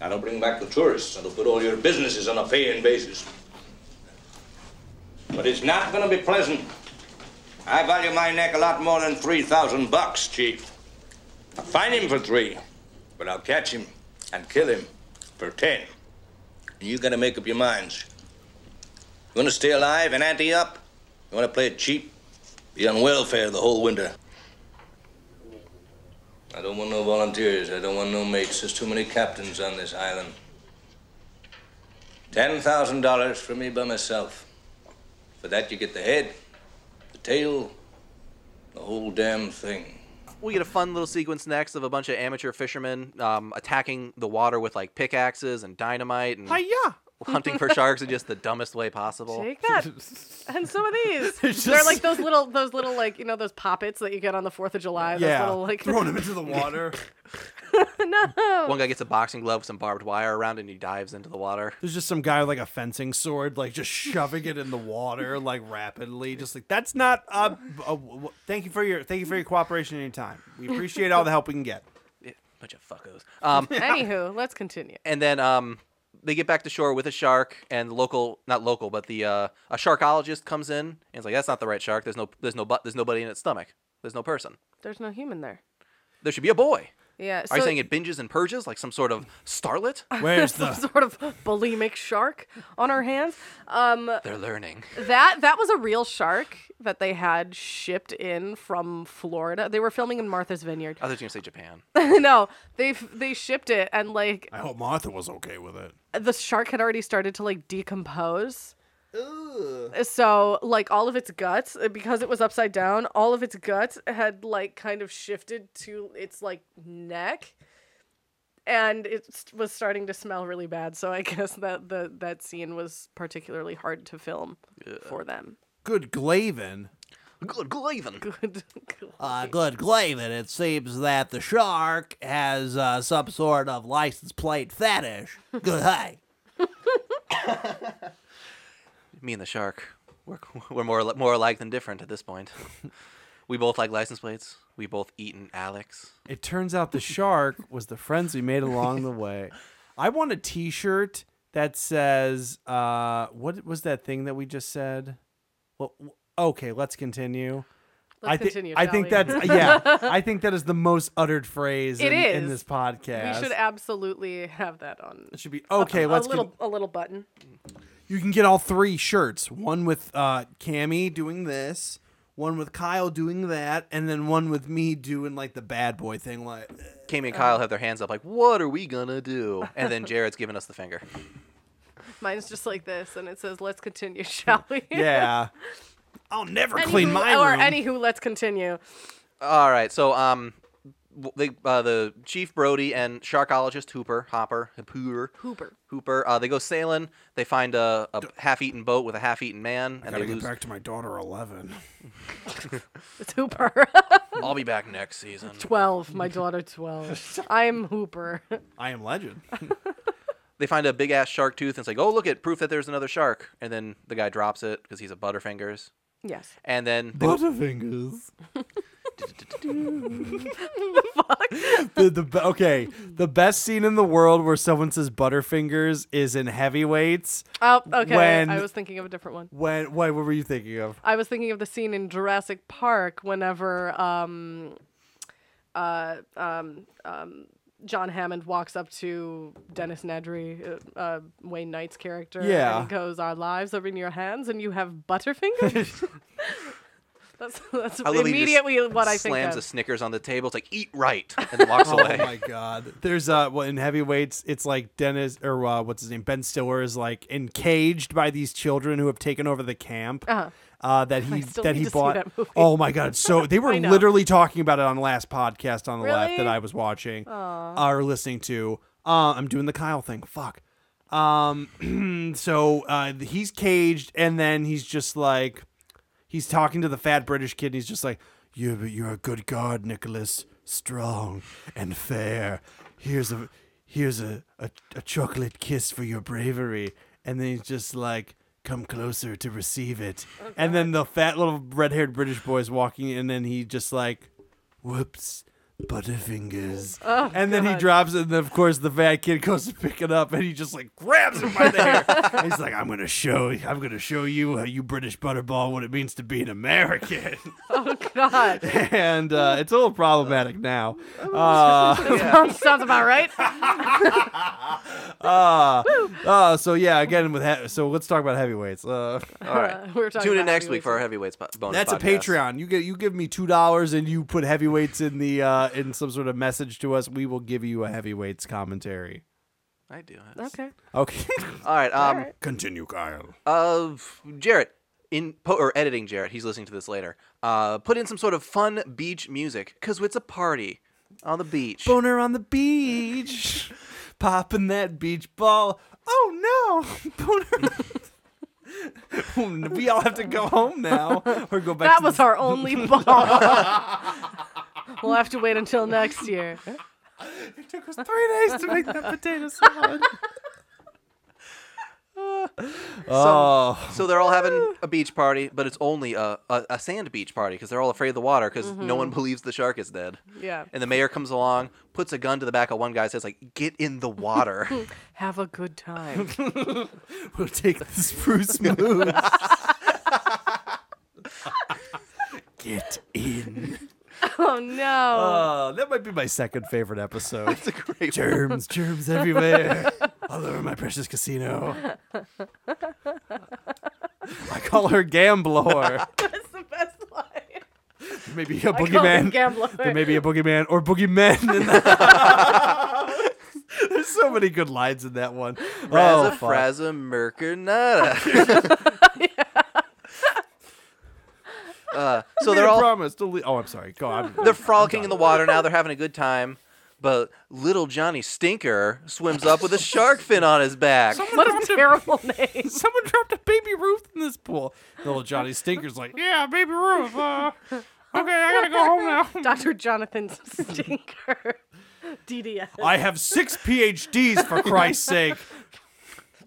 [SPEAKER 8] I don't bring back the tourists. That'll put all your businesses on a paying basis. But it's not gonna be pleasant. I value my neck a lot more than three thousand bucks, Chief. I'll find him for three, but I'll catch him and kill him for ten. And you gotta make up your minds. You wanna stay alive and ante up? You wanna play it cheap? Be on welfare the whole winter. I don't want no volunteers. I don't want no mates. There's too many captains on this island. Ten thousand dollars for me by myself. For that, you get the head, the tail, the whole damn thing.
[SPEAKER 5] We get a fun little sequence next of a bunch of amateur fishermen um, attacking the water with like pickaxes and dynamite and
[SPEAKER 6] yeah.
[SPEAKER 5] hunting for sharks in just the dumbest way possible.
[SPEAKER 4] Take that. and some of these.
[SPEAKER 6] It's
[SPEAKER 4] They're
[SPEAKER 6] just-
[SPEAKER 4] like those little those little like you know those poppets that you get on the fourth of July. Those
[SPEAKER 6] Yeah.
[SPEAKER 4] little like
[SPEAKER 6] Throwing him into the water.
[SPEAKER 5] One guy gets a boxing glove with some barbed wire around and he dives into the water.
[SPEAKER 6] There's just some guy with like a fencing sword, like just shoving it in the water, like rapidly. Just like that's not. Uh, uh, w- thank you for your thank you for your cooperation and your time. We appreciate all the help we can get.
[SPEAKER 5] Yeah, bunch of fuckos. Um,
[SPEAKER 4] Anywho, let's continue.
[SPEAKER 5] and then um, they get back to shore with a shark, and the local, not local, but the uh, a sharkologist comes in and it's like, "That's not the right shark. There's no, there's no, bu- there's nobody in its stomach. There's no person.
[SPEAKER 4] There's no human there.
[SPEAKER 5] There should be a boy."
[SPEAKER 4] Yeah.
[SPEAKER 5] Are you
[SPEAKER 4] so-
[SPEAKER 5] saying it binges and purges like some sort of starlet?
[SPEAKER 6] Where's
[SPEAKER 4] some
[SPEAKER 6] the?
[SPEAKER 4] sort of bulimic shark on our hands. Um,
[SPEAKER 5] They're learning.
[SPEAKER 4] that that was a real shark that they had shipped in from Florida. They were filming in Martha's Vineyard.
[SPEAKER 5] I was gonna say Japan.
[SPEAKER 4] no, they they shipped it, and like
[SPEAKER 6] I hope Martha was okay with it.
[SPEAKER 4] the shark had already started to like decompose. So like all of its guts, uh, because it was upside down, all of its guts had like kind of shifted to its like neck, and it s- was starting to smell really bad. So I guess that the that scene was particularly hard to film for them.
[SPEAKER 6] Good Glavin.
[SPEAKER 5] Good Glaven.
[SPEAKER 4] Good.
[SPEAKER 6] Uh, good Glavin. It seems that the shark has uh, some sort of license plate fetish. Good hey.
[SPEAKER 5] Me and the shark, we're, we're more al- more alike than different at this point. we both like license plates. We both eaten Alex.
[SPEAKER 6] It turns out the shark was the friends we made along the way. I want a T-shirt that says, uh, "What was that thing that we just said?" Well, w- okay, let's continue.
[SPEAKER 4] Let's
[SPEAKER 6] I thi-
[SPEAKER 4] continue,
[SPEAKER 6] I
[SPEAKER 4] shall
[SPEAKER 6] think
[SPEAKER 4] we?
[SPEAKER 6] that's yeah. I think that is the most uttered phrase
[SPEAKER 4] It
[SPEAKER 6] in, in
[SPEAKER 4] is.
[SPEAKER 6] this podcast.
[SPEAKER 4] We should absolutely have that on.
[SPEAKER 6] it should be okay.
[SPEAKER 4] a
[SPEAKER 6] let's
[SPEAKER 4] little
[SPEAKER 6] con-
[SPEAKER 4] a little button.
[SPEAKER 6] you can get all three shirts. One with uh, Cammy doing this, one with Kyle doing that, and then one with me doing like the bad boy thing. Like
[SPEAKER 5] Kami and Kyle have their hands up, like, "What are we gonna do?" And then Jared's giving us the finger.
[SPEAKER 4] Mine's just like this, and it says, "Let's continue, shall we?"
[SPEAKER 6] yeah, I'll never clean
[SPEAKER 4] Anywho-
[SPEAKER 6] my
[SPEAKER 4] or
[SPEAKER 6] room.
[SPEAKER 4] anywho, let's continue.
[SPEAKER 5] All right, so um, w- they, uh, the chief Brody and sharkologist Hooper, Hopper, Hooper,
[SPEAKER 4] Hooper.
[SPEAKER 5] Hooper. Uh, they go sailing. They find a, a half-eaten boat with a half-eaten man, and
[SPEAKER 6] Gotta
[SPEAKER 5] they
[SPEAKER 6] get
[SPEAKER 5] lose.
[SPEAKER 6] back to my daughter, eleven.
[SPEAKER 4] It's Hooper.
[SPEAKER 5] I'll be back next season.
[SPEAKER 4] Twelve, my daughter. Twelve. I'm Hooper.
[SPEAKER 6] I am legend.
[SPEAKER 5] they find a big ass shark tooth and it's like, oh look at proof that there's another shark. And then the guy drops it because he's a Butterfingers.
[SPEAKER 4] yes.
[SPEAKER 5] And then they,
[SPEAKER 6] Butterfingers. the, the be- okay, the best scene in the world where someone says Butterfingers is in Heavyweights.
[SPEAKER 4] Oh, okay.
[SPEAKER 6] When-
[SPEAKER 4] I was thinking of a different one.
[SPEAKER 6] When wait, what were you thinking of?
[SPEAKER 4] I was thinking of the scene in Jurassic Park whenever um, uh, um, um, John Hammond walks up to Dennis Nedry, uh, uh, Wayne Knight's character,
[SPEAKER 6] Yeah.
[SPEAKER 4] and goes, "Our lives are in your hands, and you have Butterfingers." that's that's
[SPEAKER 5] I literally just
[SPEAKER 4] immediately what I think
[SPEAKER 5] slams
[SPEAKER 4] of.
[SPEAKER 5] a Snickers on the table. It's like eat right and walks
[SPEAKER 6] Oh
[SPEAKER 5] away.
[SPEAKER 6] my god. There's uh well in heavyweights, it's like Dennis or uh, what's his name? Ben Stiller is like encaged by these children who have taken over the camp. uh that he
[SPEAKER 4] Uh-huh. still
[SPEAKER 6] that
[SPEAKER 4] need
[SPEAKER 6] he
[SPEAKER 4] to see
[SPEAKER 6] bought.
[SPEAKER 4] that movie.
[SPEAKER 6] Oh my god! So they were
[SPEAKER 4] I know.
[SPEAKER 6] literally talking about it on the last podcast on the left that
[SPEAKER 4] Really?
[SPEAKER 6] I was watching uh, or listening to. Uh, I'm doing the Kyle thing. Fuck. Um, so uh, he's caged, and then he's just like, he's talking to the fat British kid, and he's just like, "Yeah, but you're a good guard, Nicholas, strong and fair. Here's a here's a, a a chocolate kiss for your bravery." And then he's just like, "Come closer to receive it." and then the fat little red-haired British boy is walking, in, and then he just like, "Whoops." Butterfingers, and then he drops it, and then, of course the fat kid goes to pick it up, and he just like grabs it by the hair. And he's like, "I'm gonna show, I'm gonna show you, uh, you British butterball, what it means to be an American."
[SPEAKER 4] Oh God,
[SPEAKER 6] and uh, it's a little problematic now. Uh,
[SPEAKER 4] sounds, sounds about right.
[SPEAKER 6] uh, so yeah, again with he- so let's talk about heavyweights. Uh,
[SPEAKER 5] All right.
[SPEAKER 4] We were talking
[SPEAKER 5] Tune in
[SPEAKER 4] about
[SPEAKER 5] next week for our
[SPEAKER 4] heavyweights.
[SPEAKER 5] heavyweights bo- bonus.
[SPEAKER 6] that's a
[SPEAKER 5] podcast.
[SPEAKER 6] Patreon. You get you give me two dollars, and you put heavyweights in the uh, in some sort of message to us. We will give you a heavyweights commentary.
[SPEAKER 5] I do. it.
[SPEAKER 4] Okay.
[SPEAKER 6] Okay,
[SPEAKER 5] All right. Um,
[SPEAKER 6] continue, Kyle.
[SPEAKER 5] of Jarrett in po- or editing Jarrett. He's listening to this later. Uh, put in some sort of fun beach music because it's a party on the beach.
[SPEAKER 6] Boner on the beach, popping that beach ball. Oh no, boner. we all have to go home now, or go back.
[SPEAKER 4] That
[SPEAKER 6] to
[SPEAKER 4] was
[SPEAKER 6] the-
[SPEAKER 4] our only ball. we'll have to wait until next year.
[SPEAKER 6] It took us three days to make that potato salad. oh,
[SPEAKER 5] So they're all having
[SPEAKER 4] Ah.
[SPEAKER 5] a beach party, but it's only a, a, a sand beach party because they're all afraid of the water because no one believes the shark is dead.
[SPEAKER 4] Mm-hmm. Yeah.
[SPEAKER 5] And the mayor comes along, puts a gun to the back of one guy, says like, "Get in the water."
[SPEAKER 4] Have a good time.
[SPEAKER 6] we'll take the spruce moose. Get in.
[SPEAKER 4] oh no.
[SPEAKER 6] Uh, that might be my second favorite episode.
[SPEAKER 5] it's a great.
[SPEAKER 6] germs, germs everywhere, all over my precious casino. I call her Gamblor.
[SPEAKER 4] That's the best line.
[SPEAKER 6] Maybe a
[SPEAKER 4] I call him
[SPEAKER 6] boogeyman.
[SPEAKER 4] Gambler.
[SPEAKER 6] There may be a boogeyman or boogeymen. In that. There's so many good lines in that one. Oh,
[SPEAKER 5] Razza,
[SPEAKER 6] fuck.
[SPEAKER 5] frazza, merker, nada. uh, so
[SPEAKER 6] Made
[SPEAKER 5] they're
[SPEAKER 6] a
[SPEAKER 5] all
[SPEAKER 6] promise to lea- Oh, I'm sorry. Go on.
[SPEAKER 5] They're frolicking in the water now. They're having a good time. But little Johnny Stinker swims up with a shark fin on his back.
[SPEAKER 4] What a terrible name.
[SPEAKER 6] Someone dropped a baby Ruth in this pool. Little Johnny Stinker's like, yeah, baby Ruth. Uh, okay, I gotta go home now.
[SPEAKER 4] Dr. Jonathan Stinker. DDS.
[SPEAKER 6] I have six PhDs for Christ's sake.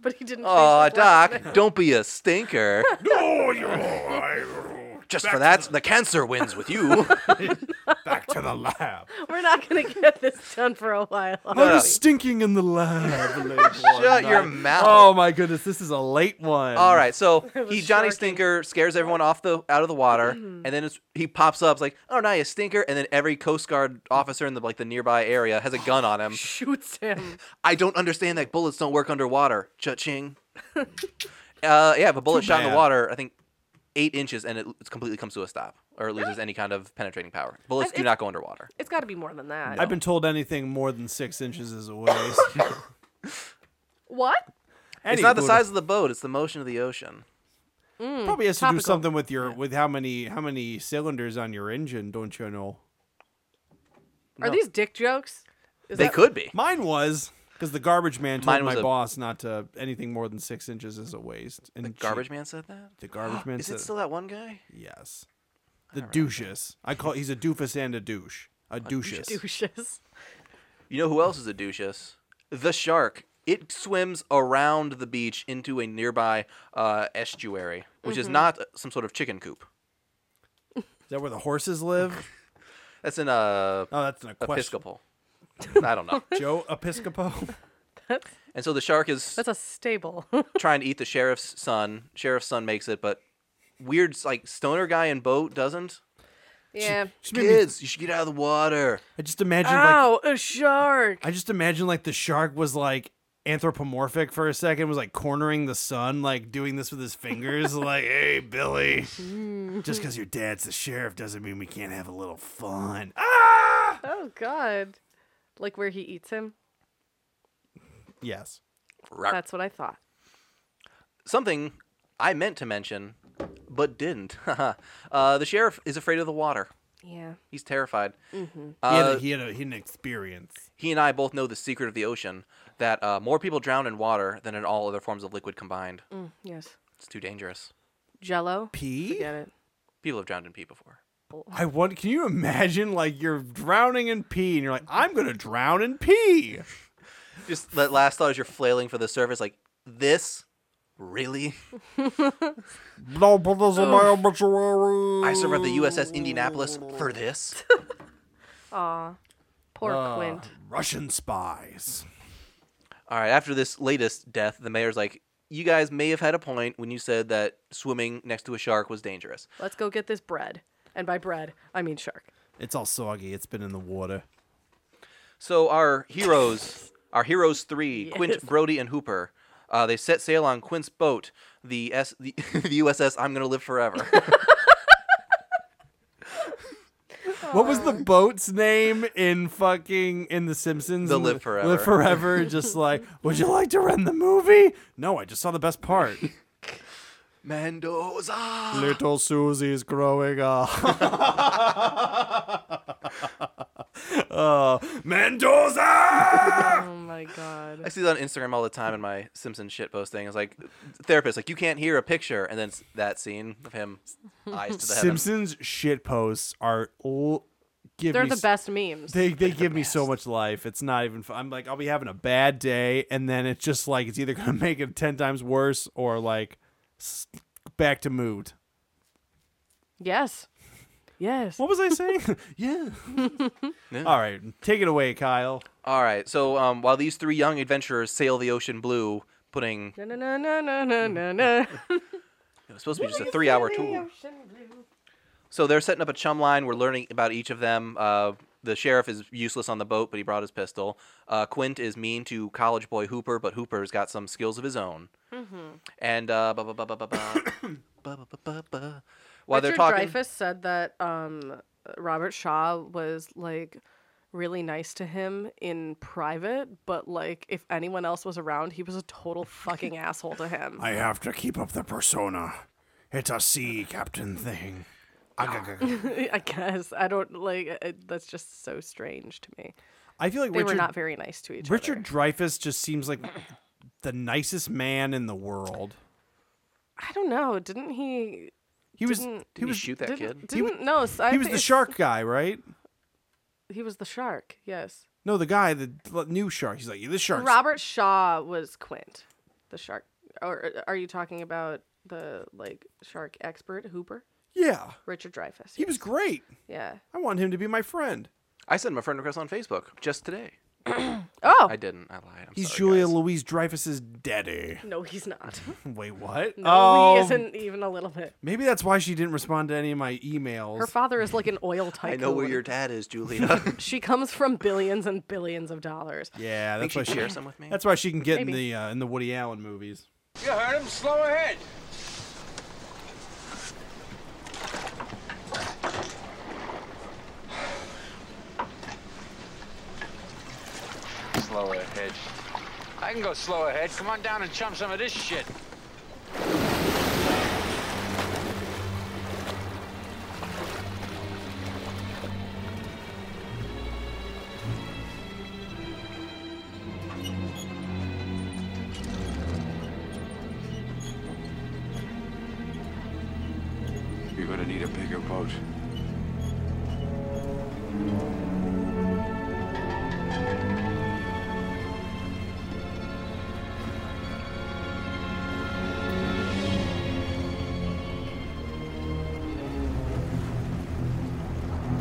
[SPEAKER 4] But he didn't.
[SPEAKER 5] Aw,
[SPEAKER 4] change his last
[SPEAKER 5] Doc, don't be a stinker.
[SPEAKER 6] No, you're
[SPEAKER 5] Just for that, the cancer wins with you.
[SPEAKER 6] back to the lab.
[SPEAKER 4] name. We're not going to get this done for a while.
[SPEAKER 6] What
[SPEAKER 5] Yeah.
[SPEAKER 6] is stinking in the lab? late one
[SPEAKER 5] Shut your
[SPEAKER 6] night.
[SPEAKER 5] mouth.
[SPEAKER 6] Oh my goodness, this is a late one.
[SPEAKER 5] All right, so he
[SPEAKER 4] was
[SPEAKER 5] Johnny
[SPEAKER 4] shocking.
[SPEAKER 5] Stinker scares everyone off the out of the water, and then it's, he pops up it's like, "Oh, now you stinker!" And then every Coast Guard officer in the like the nearby area has a gun on him.
[SPEAKER 4] Shoots him.
[SPEAKER 5] I don't understand that bullets don't work underwater. Cha-ching. uh, yeah, if a bullet
[SPEAKER 6] Too
[SPEAKER 5] shot in
[SPEAKER 6] bad.
[SPEAKER 5] the water, I think eight inches, and it l- completely comes to a stop or it loses any kind of penetrating power. Bullets
[SPEAKER 4] I-
[SPEAKER 5] do
[SPEAKER 4] it's-
[SPEAKER 5] not go underwater.
[SPEAKER 4] It's got to be more than that.
[SPEAKER 6] I've been told anything more than six inches is a waste.
[SPEAKER 4] What?
[SPEAKER 5] It's not the size of the boat; it's the motion of the ocean.
[SPEAKER 6] Probably has to do
[SPEAKER 4] topical.
[SPEAKER 6] something with your with how many how many cylinders on your engine, don't you know?
[SPEAKER 4] Are these dick jokes? Is
[SPEAKER 5] They
[SPEAKER 4] that-
[SPEAKER 5] could be.
[SPEAKER 6] Mine was because the garbage man told
[SPEAKER 5] Mine was
[SPEAKER 6] my
[SPEAKER 5] a-
[SPEAKER 6] boss not to anything more than six inches is a waste. And the
[SPEAKER 5] Garbage man said that.
[SPEAKER 6] The garbage man
[SPEAKER 5] Is it
[SPEAKER 6] said
[SPEAKER 5] still that one guy?
[SPEAKER 6] yes. The douches. I call he's a doofus and a douche. A douches.
[SPEAKER 4] Douches.
[SPEAKER 5] You know who else is a doucheus? The shark. It swims around the beach into a nearby uh,
[SPEAKER 6] Mm-hmm.
[SPEAKER 5] estuary, which is not some sort of chicken coop.
[SPEAKER 6] Is that where the horses live?
[SPEAKER 5] That's in a
[SPEAKER 6] Oh, that's not a question.
[SPEAKER 5] Episcopal. I don't know.
[SPEAKER 6] Joe Episcopo.
[SPEAKER 5] And so the shark is
[SPEAKER 4] That's a stable.
[SPEAKER 5] trying to eat the sheriff's son. Sheriff's son makes it, but weird like stoner guy in boat doesn't.
[SPEAKER 4] yeah.
[SPEAKER 6] Just made me-
[SPEAKER 5] Kids, you should get out of the water.
[SPEAKER 6] I just imagine like
[SPEAKER 4] Ow, a shark.
[SPEAKER 6] I just imagine like the shark was like anthropomorphic for a second, was like cornering the sun, like doing this with his fingers, like, hey, Billy, just because your dad's the sheriff doesn't mean we can't have a little fun. Ah!
[SPEAKER 4] Oh god. Like where he eats him.
[SPEAKER 6] Yes.
[SPEAKER 5] Rock.
[SPEAKER 4] That's what I thought.
[SPEAKER 5] Something I meant to mention, but didn't. uh, the sheriff is afraid of the water.
[SPEAKER 4] Yeah.
[SPEAKER 5] He's terrified.
[SPEAKER 6] He had,
[SPEAKER 5] Uh,
[SPEAKER 6] a, he, had a, he had an experience.
[SPEAKER 5] he and I both know the secret of the ocean that uh, more people drown in water than in all other forms of liquid combined.
[SPEAKER 4] Yes.
[SPEAKER 5] It's too dangerous.
[SPEAKER 4] Jello.
[SPEAKER 6] Pee?
[SPEAKER 4] Get it.
[SPEAKER 5] People have drowned in pee before.
[SPEAKER 6] I want. Can you imagine like you're drowning in pee, and you're like, I'm gonna drown in pee.
[SPEAKER 5] Just that last thought as you're flailing for the surface, like this. Really?
[SPEAKER 6] No, but this is my obituary.
[SPEAKER 5] I serve at the USS Indianapolis for this.
[SPEAKER 4] Poor Quint.
[SPEAKER 6] Russian spies.
[SPEAKER 5] All right. After this latest death, the mayor's like, "You guys may have had a point when you said that swimming next to a shark was dangerous."
[SPEAKER 4] Let's go get this bread. And by bread, I mean shark.
[SPEAKER 6] It's all soggy. It's been in the water.
[SPEAKER 5] So our heroes, our heroes three, Quint, Brody, and Hooper, uh, they set sail on Quint's boat, the S, the, the USS I'm Gonna Live Forever.
[SPEAKER 6] What was the boat's name in fucking in The Simpsons?
[SPEAKER 5] The
[SPEAKER 6] In
[SPEAKER 5] Live Forever.
[SPEAKER 6] Live Forever. Just like, would you like to rent the movie? No, I just saw the best part.
[SPEAKER 5] Mendoza.
[SPEAKER 6] Little Susie's growing up. Oh, Mendoza!
[SPEAKER 4] Oh my god.
[SPEAKER 5] I see that on Instagram all the time in my Simpson shit posting. It's like therapist, like you can't hear a picture, and then s- that scene of him eyes to the heavens.
[SPEAKER 6] Simpsons shit posts are l- give
[SPEAKER 4] They're
[SPEAKER 6] me
[SPEAKER 4] the
[SPEAKER 6] s-
[SPEAKER 4] best memes.
[SPEAKER 6] They, they give me so much life. It's not even. Fun. I'm like I'll be having a bad day, and then it's just like it's either gonna make it ten times worse or like s- back to mood.
[SPEAKER 4] yes. Yes.
[SPEAKER 6] What was I saying? yeah. All right, take it away, Kyle.
[SPEAKER 5] All right. So um, while these three young adventurers sail the ocean blue, putting
[SPEAKER 4] Na na na na na na na na.
[SPEAKER 5] it was supposed to be just a three-hour tour. So they're setting up a chum line. We're learning about each of them. Uh, the sheriff is useless on the boat, but he brought his pistol. Uh, Quint is mean to college boy Hooper, but Hooper's got some skills of his own. And uh, ba ba ba ba ba ba ba ba ba ba ba. While
[SPEAKER 4] Richard
[SPEAKER 5] they're talking,
[SPEAKER 4] Dreyfuss said that um, Robert Shaw was like really nice to him in private, but like if anyone else was around, he was a total fucking asshole to him.
[SPEAKER 6] I have to keep up the persona. It's a sea captain thing.
[SPEAKER 4] I guess I don't like uh, it, that's just so strange to me.
[SPEAKER 6] I feel like
[SPEAKER 4] They
[SPEAKER 6] Richard
[SPEAKER 4] were not very nice to each
[SPEAKER 6] Richard
[SPEAKER 4] other.
[SPEAKER 6] Dreyfus just seems like the nicest man in the world.
[SPEAKER 4] I don't know. Didn't he?
[SPEAKER 6] He was
[SPEAKER 4] Didn't-
[SPEAKER 6] he
[SPEAKER 5] you
[SPEAKER 6] was
[SPEAKER 5] shoot that
[SPEAKER 4] Didn't,
[SPEAKER 5] kid.
[SPEAKER 4] didn't no. s- I
[SPEAKER 6] he was
[SPEAKER 4] thi-
[SPEAKER 6] the shark guy, right?
[SPEAKER 4] He was the shark. Yes.
[SPEAKER 6] No, the guy, the l- new shark. He's like, this shark.
[SPEAKER 4] Robert Shaw was Quint, the shark. Or uh, are you talking about the like shark expert Hooper?
[SPEAKER 6] Yeah,
[SPEAKER 4] Richard Dreyfuss.
[SPEAKER 6] he was great.
[SPEAKER 4] Yeah.
[SPEAKER 6] I want him to be my friend.
[SPEAKER 5] I sent him a friend request on Facebook just today.
[SPEAKER 4] Oh.
[SPEAKER 5] I didn't. I lied. I'm
[SPEAKER 6] He's
[SPEAKER 5] sorry,
[SPEAKER 6] Julia
[SPEAKER 5] guys.
[SPEAKER 6] Louise Dreyfus's daddy.
[SPEAKER 4] No, he's not.
[SPEAKER 6] Wait, what?
[SPEAKER 4] No,
[SPEAKER 6] Oh.
[SPEAKER 4] he isn't even a little bit.
[SPEAKER 6] Maybe that's why she didn't respond to any of my emails.
[SPEAKER 4] Her father is like an oil
[SPEAKER 5] I
[SPEAKER 4] tycoon.
[SPEAKER 5] know where your dad is, Julia.
[SPEAKER 4] She comes from billions and billions of dollars.
[SPEAKER 6] yeah,
[SPEAKER 5] Think
[SPEAKER 6] that's why
[SPEAKER 5] she'd
[SPEAKER 6] she
[SPEAKER 5] share some with me?
[SPEAKER 6] That's why she can get in
[SPEAKER 4] Maybe.
[SPEAKER 6] the uh, in the Woody Allen movies.
[SPEAKER 9] You heard him. Slow ahead. Slow ahead. I can go slow ahead. Come on down and chum some of this shit.
[SPEAKER 7] You're gonna need a bigger boat.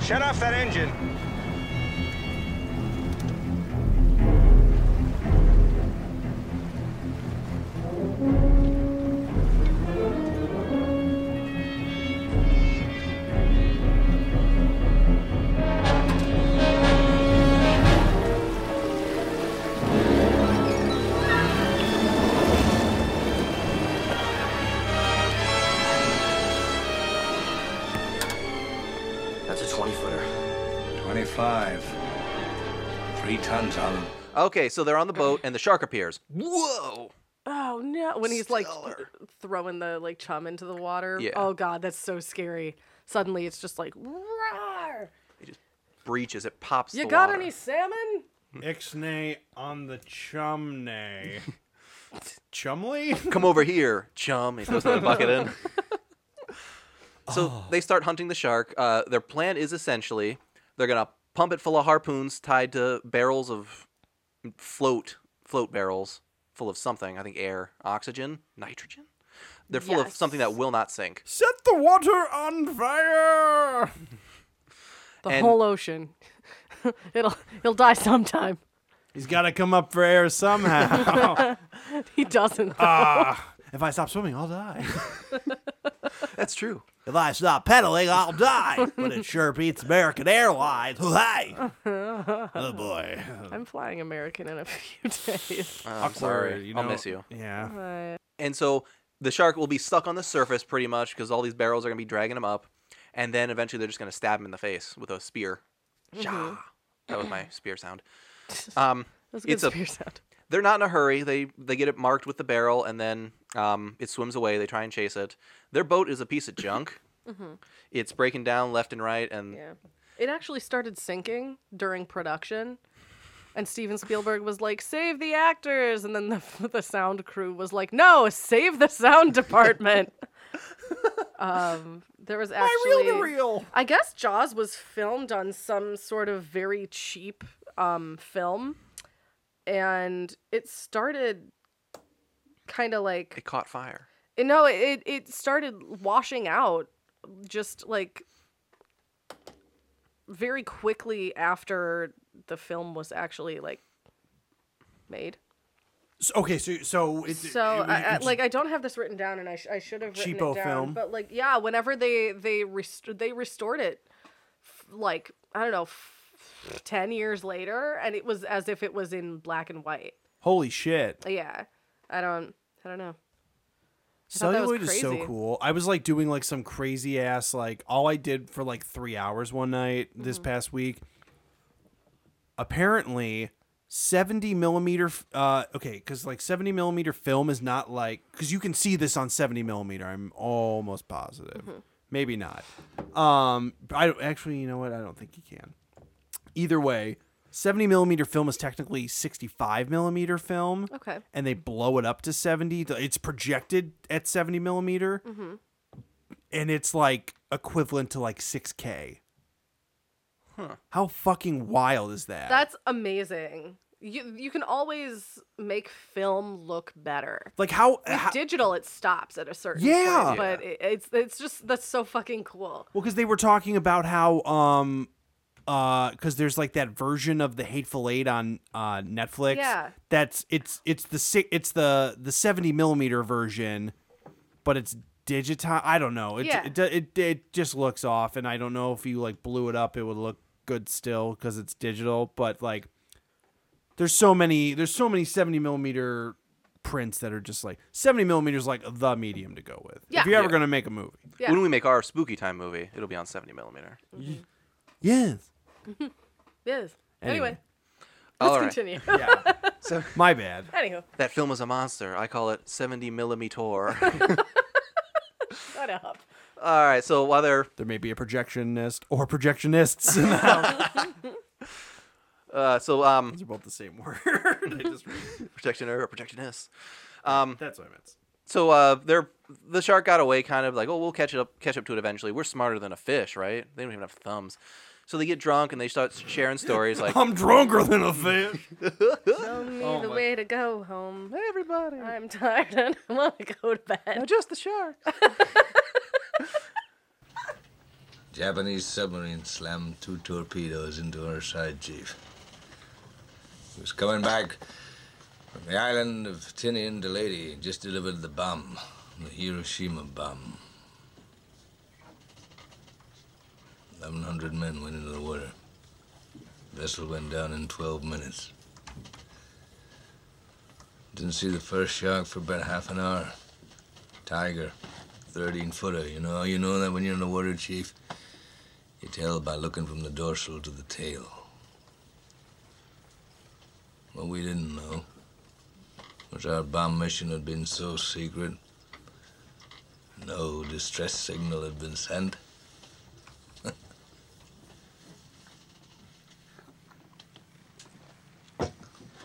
[SPEAKER 10] Shut off that engine.
[SPEAKER 8] That's a 20 footer.
[SPEAKER 10] 25. Three tons on them.
[SPEAKER 5] Okay, so they're on the boat and the shark appears. Whoa!
[SPEAKER 4] Oh no! When he's like th- throwing the like chum into the water.
[SPEAKER 5] Yeah.
[SPEAKER 4] Oh god, that's so scary. Suddenly it's just like, roar!
[SPEAKER 5] Breaches. It pops.
[SPEAKER 4] You
[SPEAKER 5] the
[SPEAKER 4] got
[SPEAKER 5] water.
[SPEAKER 4] any salmon?
[SPEAKER 6] Ixnay on the chumney. Chumley?
[SPEAKER 5] Come over here, chum. He throws another bucket in. so they start hunting the shark. Uh, their plan is essentially they're gonna pump it full of harpoons tied to barrels of float float barrels full of something. I think air, oxygen, nitrogen. They're full of something that will not sink.
[SPEAKER 6] Set the water on fire!
[SPEAKER 4] The
[SPEAKER 5] And-
[SPEAKER 4] whole ocean. It'll he'll die sometime.
[SPEAKER 6] He's got to come up for air somehow.
[SPEAKER 4] He doesn't.
[SPEAKER 6] Ah, if I stop swimming, I'll die.
[SPEAKER 5] That's true.
[SPEAKER 6] If I stop pedaling, I'll die. But it sure beats American Airlines. Hey! Oh boy.
[SPEAKER 4] I'm flying American in a few days.
[SPEAKER 5] Uh, I'm sorry.
[SPEAKER 6] Awkward, you
[SPEAKER 5] I'll
[SPEAKER 6] know.
[SPEAKER 5] miss you.
[SPEAKER 6] Yeah.
[SPEAKER 4] Uh,
[SPEAKER 5] And so the shark will be stuck on the surface pretty much because all these barrels are gonna be dragging him up, and then eventually they're just gonna stab him in the face with a spear.
[SPEAKER 4] Mm-hmm.
[SPEAKER 5] Sha! That was my spear sound. Um,
[SPEAKER 4] that's a good
[SPEAKER 5] it's a
[SPEAKER 4] spear sound.
[SPEAKER 5] they're not in a hurry. They they get it marked with the barrel, and then um, it swims away. They try and chase it. Their boat is a piece of junk. It's breaking down left and right, and
[SPEAKER 4] Mm-hmm. Yeah. It actually started sinking during production. And Steven Spielberg was like, save the actors. And then the, the sound crew was like, no, save the sound department. um, there was actually.
[SPEAKER 6] real.
[SPEAKER 4] I guess Jaws was filmed on some sort of very cheap um, film. And it started kind of like.
[SPEAKER 5] it caught fire.
[SPEAKER 4] Uh, No, it it started washing out just like very quickly after the film was actually like made.
[SPEAKER 6] So, okay, so so it's
[SPEAKER 4] So
[SPEAKER 6] it-
[SPEAKER 4] I, I,
[SPEAKER 6] it's-
[SPEAKER 4] like I don't have this written down, and I, sh- I should have written
[SPEAKER 6] Cheapo
[SPEAKER 4] it down.
[SPEAKER 6] film.
[SPEAKER 4] But like yeah, whenever they they rest- they restored it, f- like I don't know, f- ten years later, and it was as if it was in black and white.
[SPEAKER 6] holy shit.
[SPEAKER 4] Yeah, I don't I don't know. thought that was
[SPEAKER 6] Celluloid is so
[SPEAKER 4] crazy.
[SPEAKER 6] cool. I was like doing like some crazy ass like all I did for like three hours one night
[SPEAKER 4] Mm-hmm.
[SPEAKER 6] this past week. Apparently, seventy millimeter. f- Uh, okay, because like seventy millimeter film is not like because you can see this on seventy millimeter. I'm almost positive.
[SPEAKER 4] Mm-hmm.
[SPEAKER 6] Maybe not. Um, I don't actually. You know what? I don't think you can. Either way. 70 millimeter film is technically 65 millimeter film
[SPEAKER 4] Okay.
[SPEAKER 6] and they blow it up to 70 th- it's projected at 70 millimeter
[SPEAKER 4] Mm-hmm.
[SPEAKER 6] and it's like equivalent to like 6k huh how fucking wild is that
[SPEAKER 4] That's amazing. You you can always make film look better.
[SPEAKER 6] like how,
[SPEAKER 4] With
[SPEAKER 6] how
[SPEAKER 4] digital, it stops at a certain
[SPEAKER 6] Yeah.
[SPEAKER 4] point, but it, it's it's just that's so fucking cool.
[SPEAKER 6] well because they were talking about how um uh because there's like that version of the hateful eight on uh netflix
[SPEAKER 4] Yeah.
[SPEAKER 6] that's it's it's the si- it's the the 70 millimeter version but it's digitized i don't know it,
[SPEAKER 4] Yeah.
[SPEAKER 6] it, do- it it just looks off and i don't know if you like blew it up it would look good still because it's digital but like there's so many there's so many 70 millimeter prints that are just like 70 millimeters like the medium to go with
[SPEAKER 4] Yeah.
[SPEAKER 6] if you're ever gonna make a movie
[SPEAKER 4] Yeah.
[SPEAKER 5] When we make our spooky time movie, it'll be on 70 millimeter.
[SPEAKER 6] yes
[SPEAKER 4] Yes.
[SPEAKER 6] Anyway.
[SPEAKER 4] Anyway, let's
[SPEAKER 5] All right.
[SPEAKER 4] continue.
[SPEAKER 6] yeah my bad
[SPEAKER 4] Anywho,
[SPEAKER 5] That film is a monster. I call it 70 millimeter. All
[SPEAKER 4] shut up.
[SPEAKER 5] right. So while they're
[SPEAKER 6] there may be a projectionist or projectionists
[SPEAKER 5] uh, so um
[SPEAKER 6] they're both the same word I just- Um,
[SPEAKER 5] projectioner or projectionist.
[SPEAKER 6] that's what i meant
[SPEAKER 5] So uh, they're the shark got away, kind of like, oh, we'll catch it up, catch up to it eventually. We're smarter than a fish, right? They don't even have thumbs. So they get drunk and they start sharing stories like,
[SPEAKER 6] i'm drunker than a fish
[SPEAKER 4] Tell me
[SPEAKER 5] Oh
[SPEAKER 4] the way to go home. Everybody. I'm tired and I want to go to bed.
[SPEAKER 5] just the shark.
[SPEAKER 8] Japanese submarine slammed two torpedoes into her side, Chief. He was coming back from the island of Tinian to Lady, just delivered the bomb, the Hiroshima bomb. 1,100 men went into the water. Vessel went down in 12 minutes. Didn't see the first shark for about half an hour. Tiger, 13 footer. You know, you know that when you're in the water, Chief. You tell by looking from the dorsal to the tail. What we didn't know was our bomb mission had been so secret. No distress signal had been sent.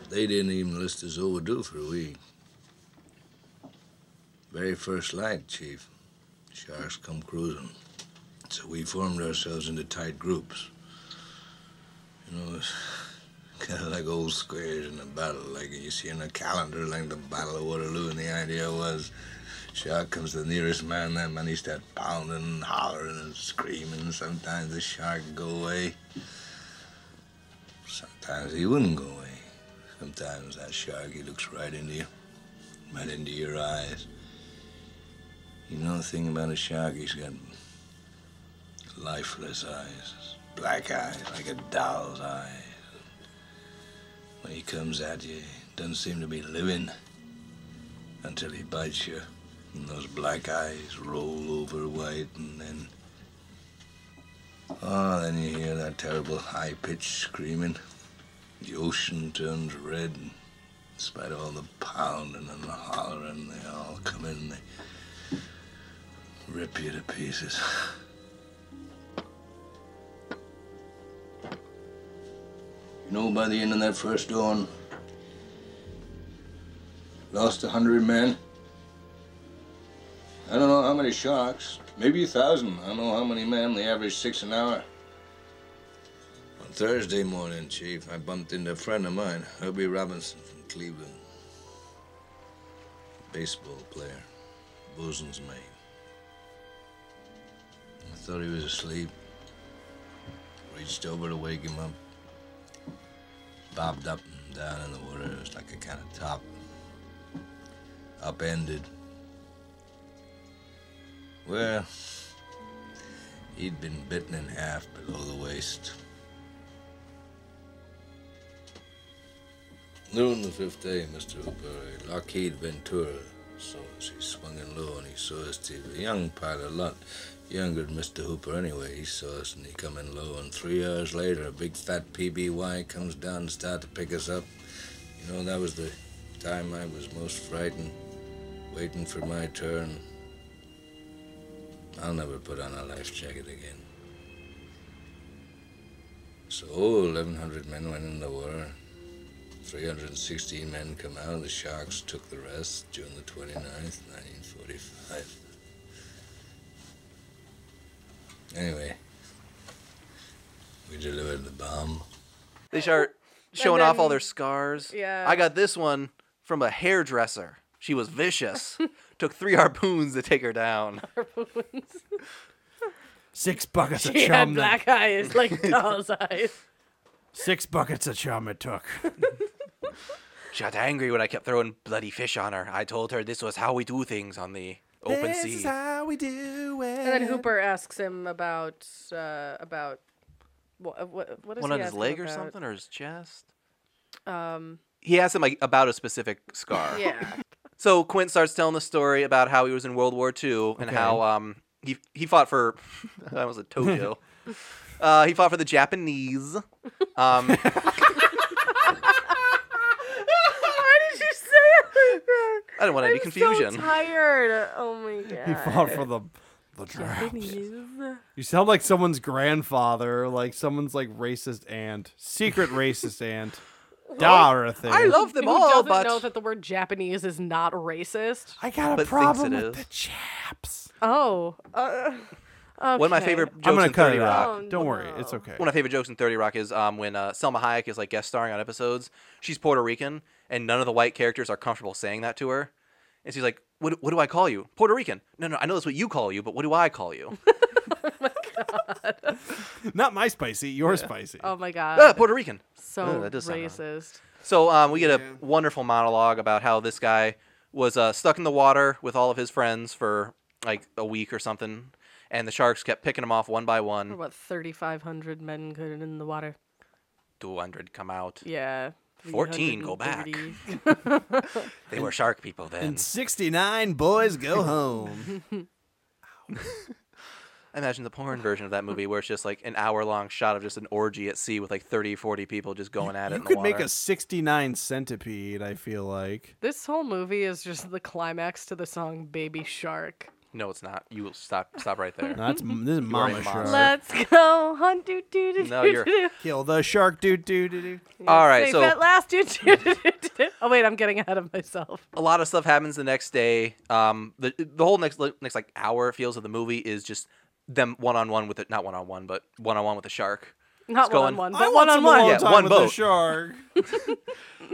[SPEAKER 8] They didn't even list us overdue for a week. Very first light, Chief. Sharks come cruising. So we formed ourselves into tight groups. You know, it's kind of like old squares in a battle, like you see in a calendar, like the Battle of Waterloo. And the idea was shark comes to the nearest man, that man he start pounding and hollering and screaming. Sometimes the shark go away. Sometimes he wouldn't go away. Sometimes that shark, he looks right into you, right into your eyes. You know the thing about a shark, he's got lifeless eyes, black eyes, like a doll's eyes. When he comes at you, he doesn't seem to be living until he bites you. And those black eyes roll over white, and then. Oh, then you hear that terrible high pitched screaming. The ocean turns red. and In spite of all the pounding and the hollering, they all come in. They rip you to pieces. You know, by the end of that first dawn, lost a hundred men. I don't know how many sharks, maybe a thousand. I don't know how many men. They average six an hour. On Thursday morning, Chief, I bumped into a friend of mine, Herbie Robinson from Cleveland. Baseball player, bosun's mate. I thought he was asleep. Reached over to wake him up. Bobbed up and down in the water. It was like a kind of top. Upended. Well, he'd been bitten in half below the waist. Noon the fifth day, Mr. O'Berry, Lockheed Ventura. So as he swung in low and he saw us TV. A young pilot, a lot younger than Mr. Hooper anyway. He saw us and he come in low and three hours later a big fat PBY comes down and start to pick us up. You know, that was the time I was most frightened, waiting for my turn. I'll never put on a life jacket again. So 1,100 men went in the war. 316 men come out. The Sharks took the rest June the 29th, 1945. Anyway, we delivered the bomb.
[SPEAKER 5] They start showing off all their scars.
[SPEAKER 4] Yeah.
[SPEAKER 5] I got this one from a hairdresser. She was vicious. Took three harpoons to take her down.
[SPEAKER 6] Six buckets of
[SPEAKER 4] He had
[SPEAKER 6] chum. that-
[SPEAKER 4] black eyes like doll's eyes.
[SPEAKER 6] Six buckets of chum it took.
[SPEAKER 5] She got angry when I kept throwing bloody fish on her. I told her this was how we do things on the open
[SPEAKER 6] this
[SPEAKER 5] sea.
[SPEAKER 6] is how we do it.
[SPEAKER 4] And then Hooper asks him about uh, about what what, what is
[SPEAKER 5] one
[SPEAKER 4] he
[SPEAKER 5] on his
[SPEAKER 4] asking
[SPEAKER 5] leg or
[SPEAKER 4] about?
[SPEAKER 5] something, or his chest. Um, he asked him like about a specific scar.
[SPEAKER 4] Yeah,
[SPEAKER 5] So Quint starts telling the story about how he was in World War II and how um he he fought for that was a Tojo. uh, he fought for the Japanese. Um,
[SPEAKER 4] why did you say it like that?
[SPEAKER 5] I don't want any
[SPEAKER 4] I'm
[SPEAKER 5] confusion.
[SPEAKER 4] So tired. Oh my god.
[SPEAKER 6] He fought for the the draft.
[SPEAKER 4] Please.
[SPEAKER 6] You sound like someone's grandfather, like someone's like racist aunt, secret racist aunt, Dorothy.
[SPEAKER 5] I love them
[SPEAKER 4] Who
[SPEAKER 5] all,
[SPEAKER 4] doesn't
[SPEAKER 5] but
[SPEAKER 4] know that the word Japanese is not racist?
[SPEAKER 6] I got a
[SPEAKER 5] but thinks
[SPEAKER 6] problem
[SPEAKER 5] it
[SPEAKER 6] with
[SPEAKER 5] is.
[SPEAKER 6] the chaps.
[SPEAKER 4] Oh, uh,
[SPEAKER 5] one of my
[SPEAKER 4] okay.
[SPEAKER 5] favorite jokes
[SPEAKER 6] I'm gonna
[SPEAKER 5] in
[SPEAKER 6] cut
[SPEAKER 5] 30
[SPEAKER 6] it
[SPEAKER 5] Rock.
[SPEAKER 6] out.
[SPEAKER 4] Oh,
[SPEAKER 6] Don't worry, it's
[SPEAKER 4] no.
[SPEAKER 6] okay.
[SPEAKER 5] One of my favorite jokes in 30 Rock is um, when uh, Selma Hayek is like guest starring on episodes. She's Puerto Rican, and none of the white characters are comfortable saying that to her. And she's like, "What? What do I call you? Puerto Rican? No, no, I know that's what you call you, but what do I call you?"
[SPEAKER 4] god.
[SPEAKER 6] Not my spicy, your spicy.
[SPEAKER 4] Oh my god.
[SPEAKER 5] Ah, Puerto Rican.
[SPEAKER 4] So
[SPEAKER 5] Oh, that does sound wrong.
[SPEAKER 4] racist.
[SPEAKER 5] So um, we get a wonderful monologue about how this guy was uh, stuck in the water with all of his friends for like a week or something, and the sharks kept picking him off one by
[SPEAKER 4] Or
[SPEAKER 5] one.
[SPEAKER 4] what 3500 men could in the water.
[SPEAKER 5] Two hundred come out.
[SPEAKER 4] Yeah.
[SPEAKER 5] 14 go back.
[SPEAKER 4] 330.
[SPEAKER 5] They were shark people then.
[SPEAKER 6] And 69 boys go home.
[SPEAKER 5] I imagine the porn version of that movie where it's just like an hour long shot of just an orgy at sea with like 30, 40 people just going at it. in
[SPEAKER 6] you could
[SPEAKER 5] the
[SPEAKER 6] make
[SPEAKER 5] water.
[SPEAKER 6] a 69 centipede, I feel like.
[SPEAKER 4] This whole movie is just the climax to the song Baby Shark.
[SPEAKER 5] No, it's not. You will stop. Stop right there.
[SPEAKER 6] No, that's this is
[SPEAKER 5] a
[SPEAKER 6] Mama
[SPEAKER 5] monster.
[SPEAKER 6] Shark.
[SPEAKER 4] Let's go hunt doo doo doo
[SPEAKER 5] No,
[SPEAKER 4] doo,
[SPEAKER 5] you're-
[SPEAKER 4] doo, doo.
[SPEAKER 6] Kill the shark. Do do do do.
[SPEAKER 5] All right,
[SPEAKER 4] Safe
[SPEAKER 5] so-
[SPEAKER 4] at last doo doo doo doo doo. Oh wait, I'm getting ahead of myself.
[SPEAKER 5] a lot of stuff happens the next day. Um, the the whole next next like hour it feels of the movie is just them one on one with it, not one on one, but one on one with the shark.
[SPEAKER 4] Not
[SPEAKER 5] It's
[SPEAKER 4] one on
[SPEAKER 5] going-
[SPEAKER 4] one,
[SPEAKER 6] I
[SPEAKER 4] but
[SPEAKER 6] want
[SPEAKER 4] one on
[SPEAKER 6] some
[SPEAKER 4] one.
[SPEAKER 6] alone
[SPEAKER 5] Yeah,
[SPEAKER 6] time
[SPEAKER 5] one
[SPEAKER 6] with a
[SPEAKER 5] boat.
[SPEAKER 6] shark.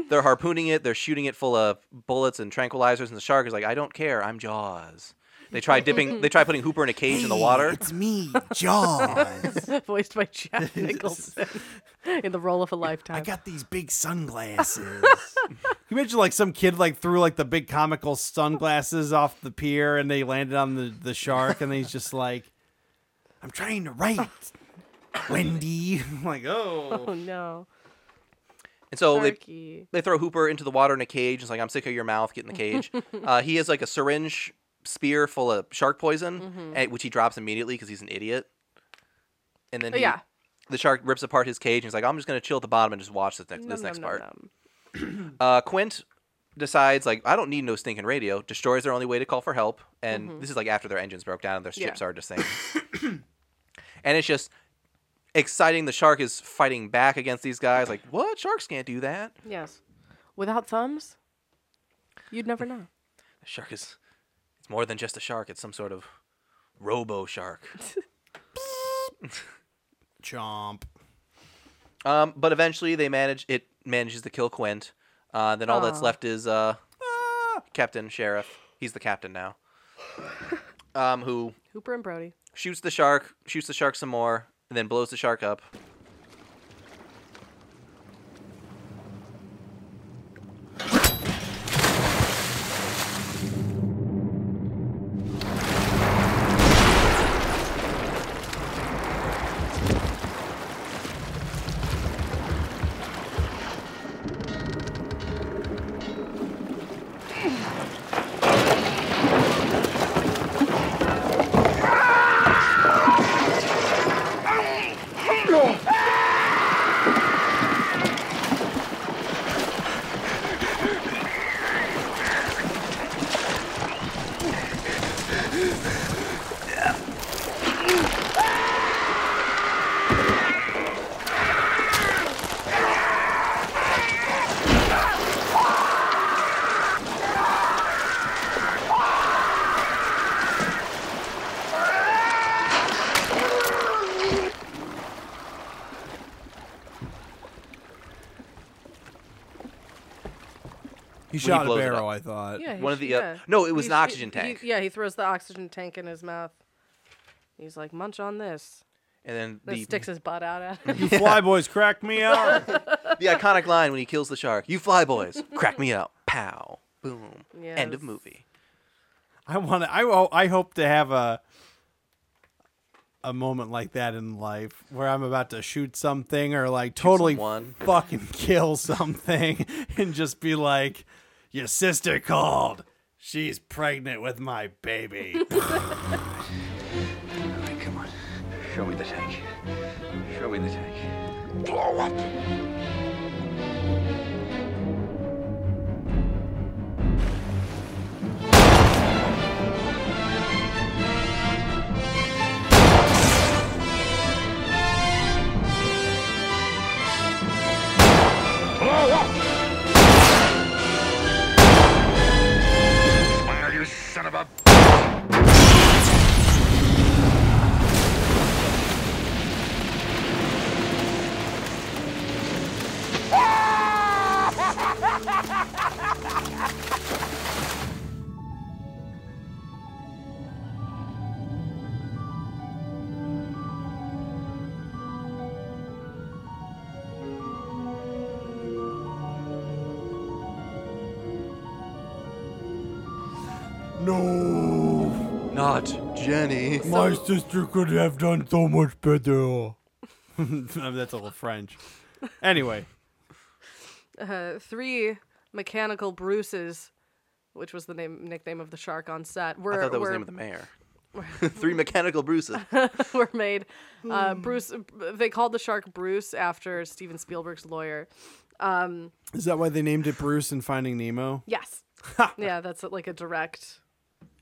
[SPEAKER 5] They're harpooning it, they're shooting it full of bullets and tranquilizers, and the shark is like, I don't care, I'm Jaws. They try dipping, they try putting Hooper in a cage in the water.
[SPEAKER 6] It's me, Jaws.
[SPEAKER 4] voiced by Jack Nicholson in the role of a
[SPEAKER 6] I
[SPEAKER 4] lifetime.
[SPEAKER 6] got these big sunglasses. Can you imagine like some kid like threw like the big comical sunglasses off the pier and they landed on the, the shark and he's just like, I'm trying to write. Wendy. I'm like, oh.
[SPEAKER 4] oh no,
[SPEAKER 5] And so they,
[SPEAKER 4] Sharky.
[SPEAKER 5] they throw Hooper into the water in a cage. It's like, I'm sick of your mouth, get in the cage. uh, he has like a syringe spear full of shark poison,
[SPEAKER 4] Mm-hmm.
[SPEAKER 5] and, which he drops immediately because he's an idiot. And then
[SPEAKER 4] Oh,
[SPEAKER 5] he-
[SPEAKER 4] yeah.
[SPEAKER 5] the shark rips apart his cage and he's like, I'm just going to chill at the bottom and just watch this next, this
[SPEAKER 4] Nom,
[SPEAKER 5] next
[SPEAKER 4] nom, nom,
[SPEAKER 5] part.
[SPEAKER 4] nom.
[SPEAKER 5] Uh, Quint decides, like, I don't need no stinking radio, destroys their only way to call for help. And this is like after their engines broke down and their
[SPEAKER 4] Mm-hmm. Yeah.
[SPEAKER 5] ships are to sink. and it's just exciting. The shark is fighting back against these guys. Like, what? Sharks can't do that.
[SPEAKER 4] Yes, without thumbs, you'd never know.
[SPEAKER 5] The shark is, it's more than just a shark, it's some sort of robo shark.
[SPEAKER 6] Chomp.
[SPEAKER 5] um, but eventually they manage, it manages to kill Quint. Uh, then all that's
[SPEAKER 4] Aw.
[SPEAKER 5] left is uh, Captain Sheriff. He's the captain now. Um, who
[SPEAKER 4] Hooper and Brody.
[SPEAKER 5] shoots the shark, shoots the shark some more, and then blows the shark up. he
[SPEAKER 6] He shot a
[SPEAKER 5] blows it
[SPEAKER 6] barrel,
[SPEAKER 5] up.
[SPEAKER 6] I thought.
[SPEAKER 4] Yeah, he
[SPEAKER 5] One of
[SPEAKER 4] sh-
[SPEAKER 5] the, uh,
[SPEAKER 4] yeah.
[SPEAKER 5] no, it was
[SPEAKER 4] He
[SPEAKER 5] an
[SPEAKER 4] sh-
[SPEAKER 5] oxygen
[SPEAKER 4] he-
[SPEAKER 5] tank.
[SPEAKER 4] yeah, he throws the oxygen tank in his mouth. He's like, munch on this.
[SPEAKER 5] And then
[SPEAKER 4] Then
[SPEAKER 5] the,
[SPEAKER 4] sticks his butt out at him.
[SPEAKER 6] You fly boys crack me out.
[SPEAKER 5] the iconic line when he kills the shark You fly, boys. Crack me up. Pow. Boom. End of
[SPEAKER 4] Yes.
[SPEAKER 5] movie.
[SPEAKER 6] I want to. I ho- I hope to have a a moment like that in life where I'm about to shoot something or like totally
[SPEAKER 5] someone.
[SPEAKER 6] fucking kill something and just be like, "Your sister called. She's pregnant with my baby."
[SPEAKER 1] Come on. Show me the tank. Show me the tank.
[SPEAKER 2] Fire, you son of a
[SPEAKER 6] No,
[SPEAKER 5] Not Jenny.
[SPEAKER 6] my sister could have done so much better. That's a little French. Anyway,
[SPEAKER 4] uh, three mechanical Bruces, which was the name nickname of the shark on set, were
[SPEAKER 5] I thought that was
[SPEAKER 4] were,
[SPEAKER 5] the name of the mayor. Three mechanical Bruces.
[SPEAKER 4] were made. Uh, Bruce, they called the shark Bruce after Steven Spielberg's lawyer.
[SPEAKER 6] is that why they named it Bruce in Finding Nemo?
[SPEAKER 4] Yes, yeah, that's like a direct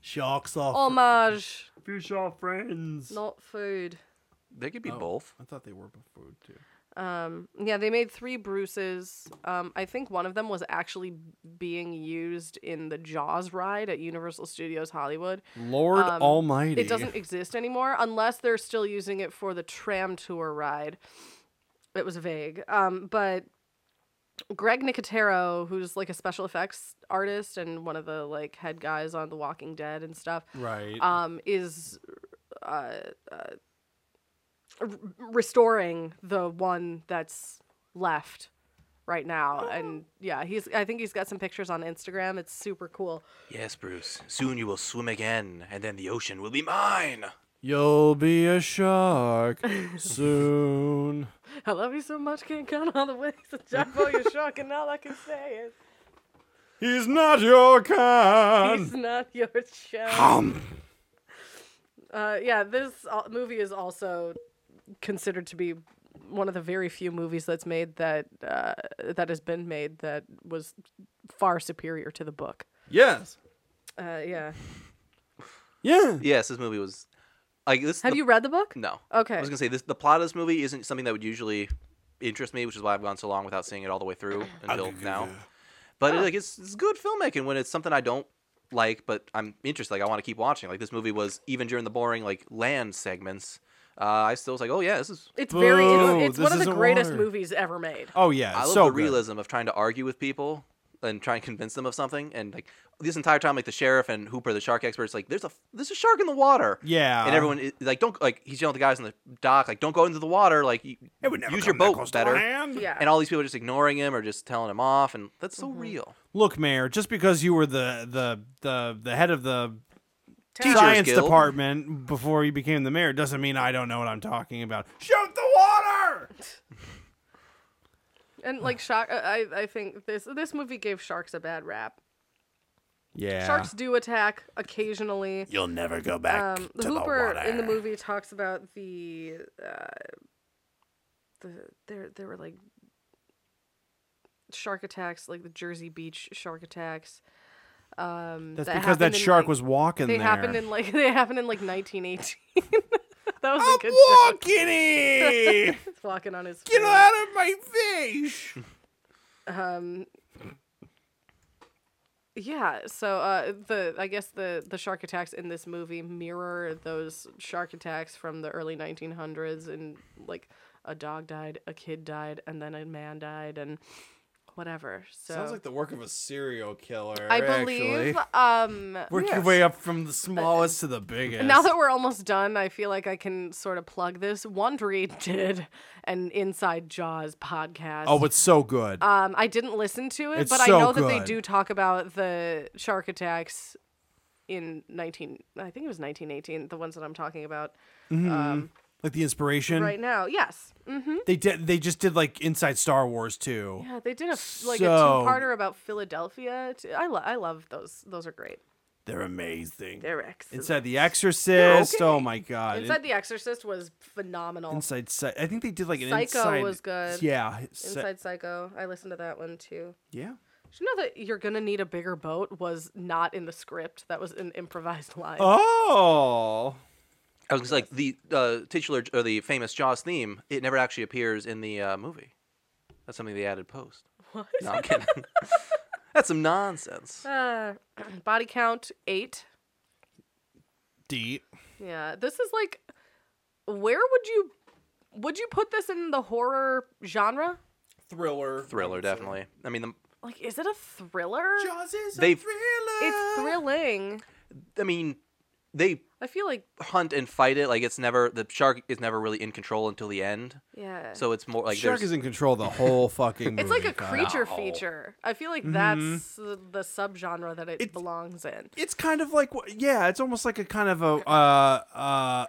[SPEAKER 6] Sharks are.
[SPEAKER 4] Um, homage.
[SPEAKER 6] fish are friends.
[SPEAKER 4] Not food.
[SPEAKER 5] They could be
[SPEAKER 4] Oh.
[SPEAKER 5] both.
[SPEAKER 6] I thought they were before too.
[SPEAKER 4] Yeah, they made three Bruces. Um, I think one of them was actually being used in the Jaws ride at Universal Studios Hollywood.
[SPEAKER 6] Lord Almighty.
[SPEAKER 4] Um, It doesn't exist anymore unless they're still using it for the tram tour ride. It was vague. Um, but Greg Nicotero, who's like a special effects artist and one of the like head guys on The Walking Dead and stuff,
[SPEAKER 6] Right.
[SPEAKER 4] um, is uh, uh, r- restoring the one that's left right now and yeah he's i think he's got some pictures on instagram it's super cool
[SPEAKER 5] Yes, Bruce. Soon you will swim again, and then the ocean will be mine.
[SPEAKER 6] You'll be a shark soon.
[SPEAKER 4] I love you so much, can't count all the ways that Jumbo you're shocked, and all I can say is
[SPEAKER 6] He's not your kind.
[SPEAKER 4] he's not your show.
[SPEAKER 6] Um,
[SPEAKER 4] Uh, yeah, this al- movie is also considered to be one of the very few movies that's made that uh, that has been made that was far superior to the book.
[SPEAKER 6] yes.
[SPEAKER 4] Uh, yeah,
[SPEAKER 6] Yeah.
[SPEAKER 5] Yes, this movie was like this.
[SPEAKER 4] have
[SPEAKER 5] the-
[SPEAKER 4] you read the book?
[SPEAKER 5] No.
[SPEAKER 4] Okay.
[SPEAKER 5] I was gonna say this. The plot of this movie isn't something that would usually interest me, which is why I've gone so long without seeing it all the way through until now. But it, like, it's it's good filmmaking when it's something I don't like, but I'm interested. Like I want to keep watching. Like this movie was even during the boring like land segments. Uh, I still was like, oh yeah, this is.
[SPEAKER 4] It's very
[SPEAKER 6] Boo,
[SPEAKER 4] it's, it's
[SPEAKER 6] this
[SPEAKER 4] one of the
[SPEAKER 6] isn't
[SPEAKER 4] greatest
[SPEAKER 6] water.
[SPEAKER 4] movies ever made.
[SPEAKER 6] Oh yeah.
[SPEAKER 5] I love
[SPEAKER 6] so
[SPEAKER 5] the
[SPEAKER 6] good.
[SPEAKER 5] realism of trying to argue with people and try and convince them of something. And like this entire time, like the sheriff and Hooper, the shark experts, like there's a there's a shark in the water.
[SPEAKER 6] Yeah.
[SPEAKER 5] and everyone is, like don't like he's yelling at the guys on the dock like don't go into the water like you,
[SPEAKER 6] It would never
[SPEAKER 5] use your
[SPEAKER 6] come that
[SPEAKER 5] boat
[SPEAKER 6] close to
[SPEAKER 5] better.
[SPEAKER 6] land.
[SPEAKER 4] Yeah.
[SPEAKER 5] And all these people are just ignoring him or just telling him off, and that's so real.
[SPEAKER 6] Look, Mayor, just because you were the the the, the head of the
[SPEAKER 5] Teachers
[SPEAKER 6] science
[SPEAKER 5] Guild.
[SPEAKER 6] department before you became the mayor doesn't mean I don't know what I'm talking about. Shoot the water.
[SPEAKER 4] And like shark, I I think this this movie gave sharks a bad rap.
[SPEAKER 6] Yeah.
[SPEAKER 4] Sharks do attack occasionally.
[SPEAKER 6] You'll never go back
[SPEAKER 4] um, Hooper in the movie talks about the uh, the there there were like shark attacks, like the Jersey Beach shark attacks. Um,
[SPEAKER 6] That's
[SPEAKER 4] that
[SPEAKER 6] because that
[SPEAKER 4] happened in,
[SPEAKER 6] shark
[SPEAKER 4] like-
[SPEAKER 6] was walking
[SPEAKER 4] They
[SPEAKER 6] there.
[SPEAKER 4] happened in like they happened in like 1918. that was a good joke.
[SPEAKER 6] Walking!
[SPEAKER 4] He's Walking on his
[SPEAKER 6] Get
[SPEAKER 4] feet.
[SPEAKER 6] out of my face!
[SPEAKER 4] Yeah, so uh, the I guess the the shark attacks in this movie mirror those shark attacks from the early 1900s, and like a dog died, a kid died, and then a man died, and whatever. So
[SPEAKER 6] the work of a serial killer.
[SPEAKER 4] I believe um
[SPEAKER 6] Work your way up from the smallest to the biggest.
[SPEAKER 4] now that we're almost done, I feel like I can sort of plug this. Wondery did an Inside Jaws podcast.
[SPEAKER 6] oh, it's so good.
[SPEAKER 4] Um, I didn't listen to it,
[SPEAKER 6] It's
[SPEAKER 4] but I
[SPEAKER 6] so
[SPEAKER 4] know that they
[SPEAKER 6] good.
[SPEAKER 4] do talk about the shark attacks in 19 I think it was 1918, the ones that I'm talking about
[SPEAKER 6] like the inspiration.
[SPEAKER 4] right now. Yes.
[SPEAKER 6] They did. They just did like Inside Star Wars too.
[SPEAKER 4] Yeah, they did a f- like a
[SPEAKER 6] So-
[SPEAKER 4] two-parter about Philadelphia. T- I lo- I love those. Those are great.
[SPEAKER 6] They're amazing.
[SPEAKER 4] They're excellent.
[SPEAKER 6] Inside The Exorcist. Oh my god.
[SPEAKER 4] Inside The Exorcist was phenomenal.
[SPEAKER 6] Inside Psy- I think they did like an
[SPEAKER 4] Psycho
[SPEAKER 6] inside.
[SPEAKER 4] was good.
[SPEAKER 6] Yeah. Psy-
[SPEAKER 4] Inside Psycho, I listened to that one too.
[SPEAKER 6] Yeah.
[SPEAKER 4] Did you know that you're gonna need a bigger boat was not in the script. That was an improvised line.
[SPEAKER 6] Oh.
[SPEAKER 5] I was like the uh, titular or the famous Jaws theme. It never actually appears in the uh, movie. That's something they added post. What? No, I'm kidding. That's some nonsense.
[SPEAKER 4] Uh, body count eight.
[SPEAKER 6] Deep.
[SPEAKER 4] Yeah, this is like, where would you, would you put this in the horror genre?
[SPEAKER 6] Thriller.
[SPEAKER 5] Thriller, definitely. I mean, the,
[SPEAKER 4] Like, is it a thriller?
[SPEAKER 6] Jaws is
[SPEAKER 5] They-
[SPEAKER 6] a thriller.
[SPEAKER 4] It's thrilling.
[SPEAKER 5] I mean, they
[SPEAKER 4] I feel like
[SPEAKER 5] hunt and fight it. Like it's never the shark is never really in control until the end.
[SPEAKER 4] yeah.
[SPEAKER 5] So it's more like
[SPEAKER 6] Shark
[SPEAKER 5] there's-
[SPEAKER 6] is in control of the whole fucking.
[SPEAKER 4] it's like
[SPEAKER 6] movie,
[SPEAKER 4] a
[SPEAKER 6] Kyle.
[SPEAKER 4] creature feature. I feel like that's the, the subgenre that it,
[SPEAKER 6] Mm-hmm. It's-
[SPEAKER 4] belongs in.
[SPEAKER 6] It's kind of like wh- yeah, it's almost like a kind of a uh uh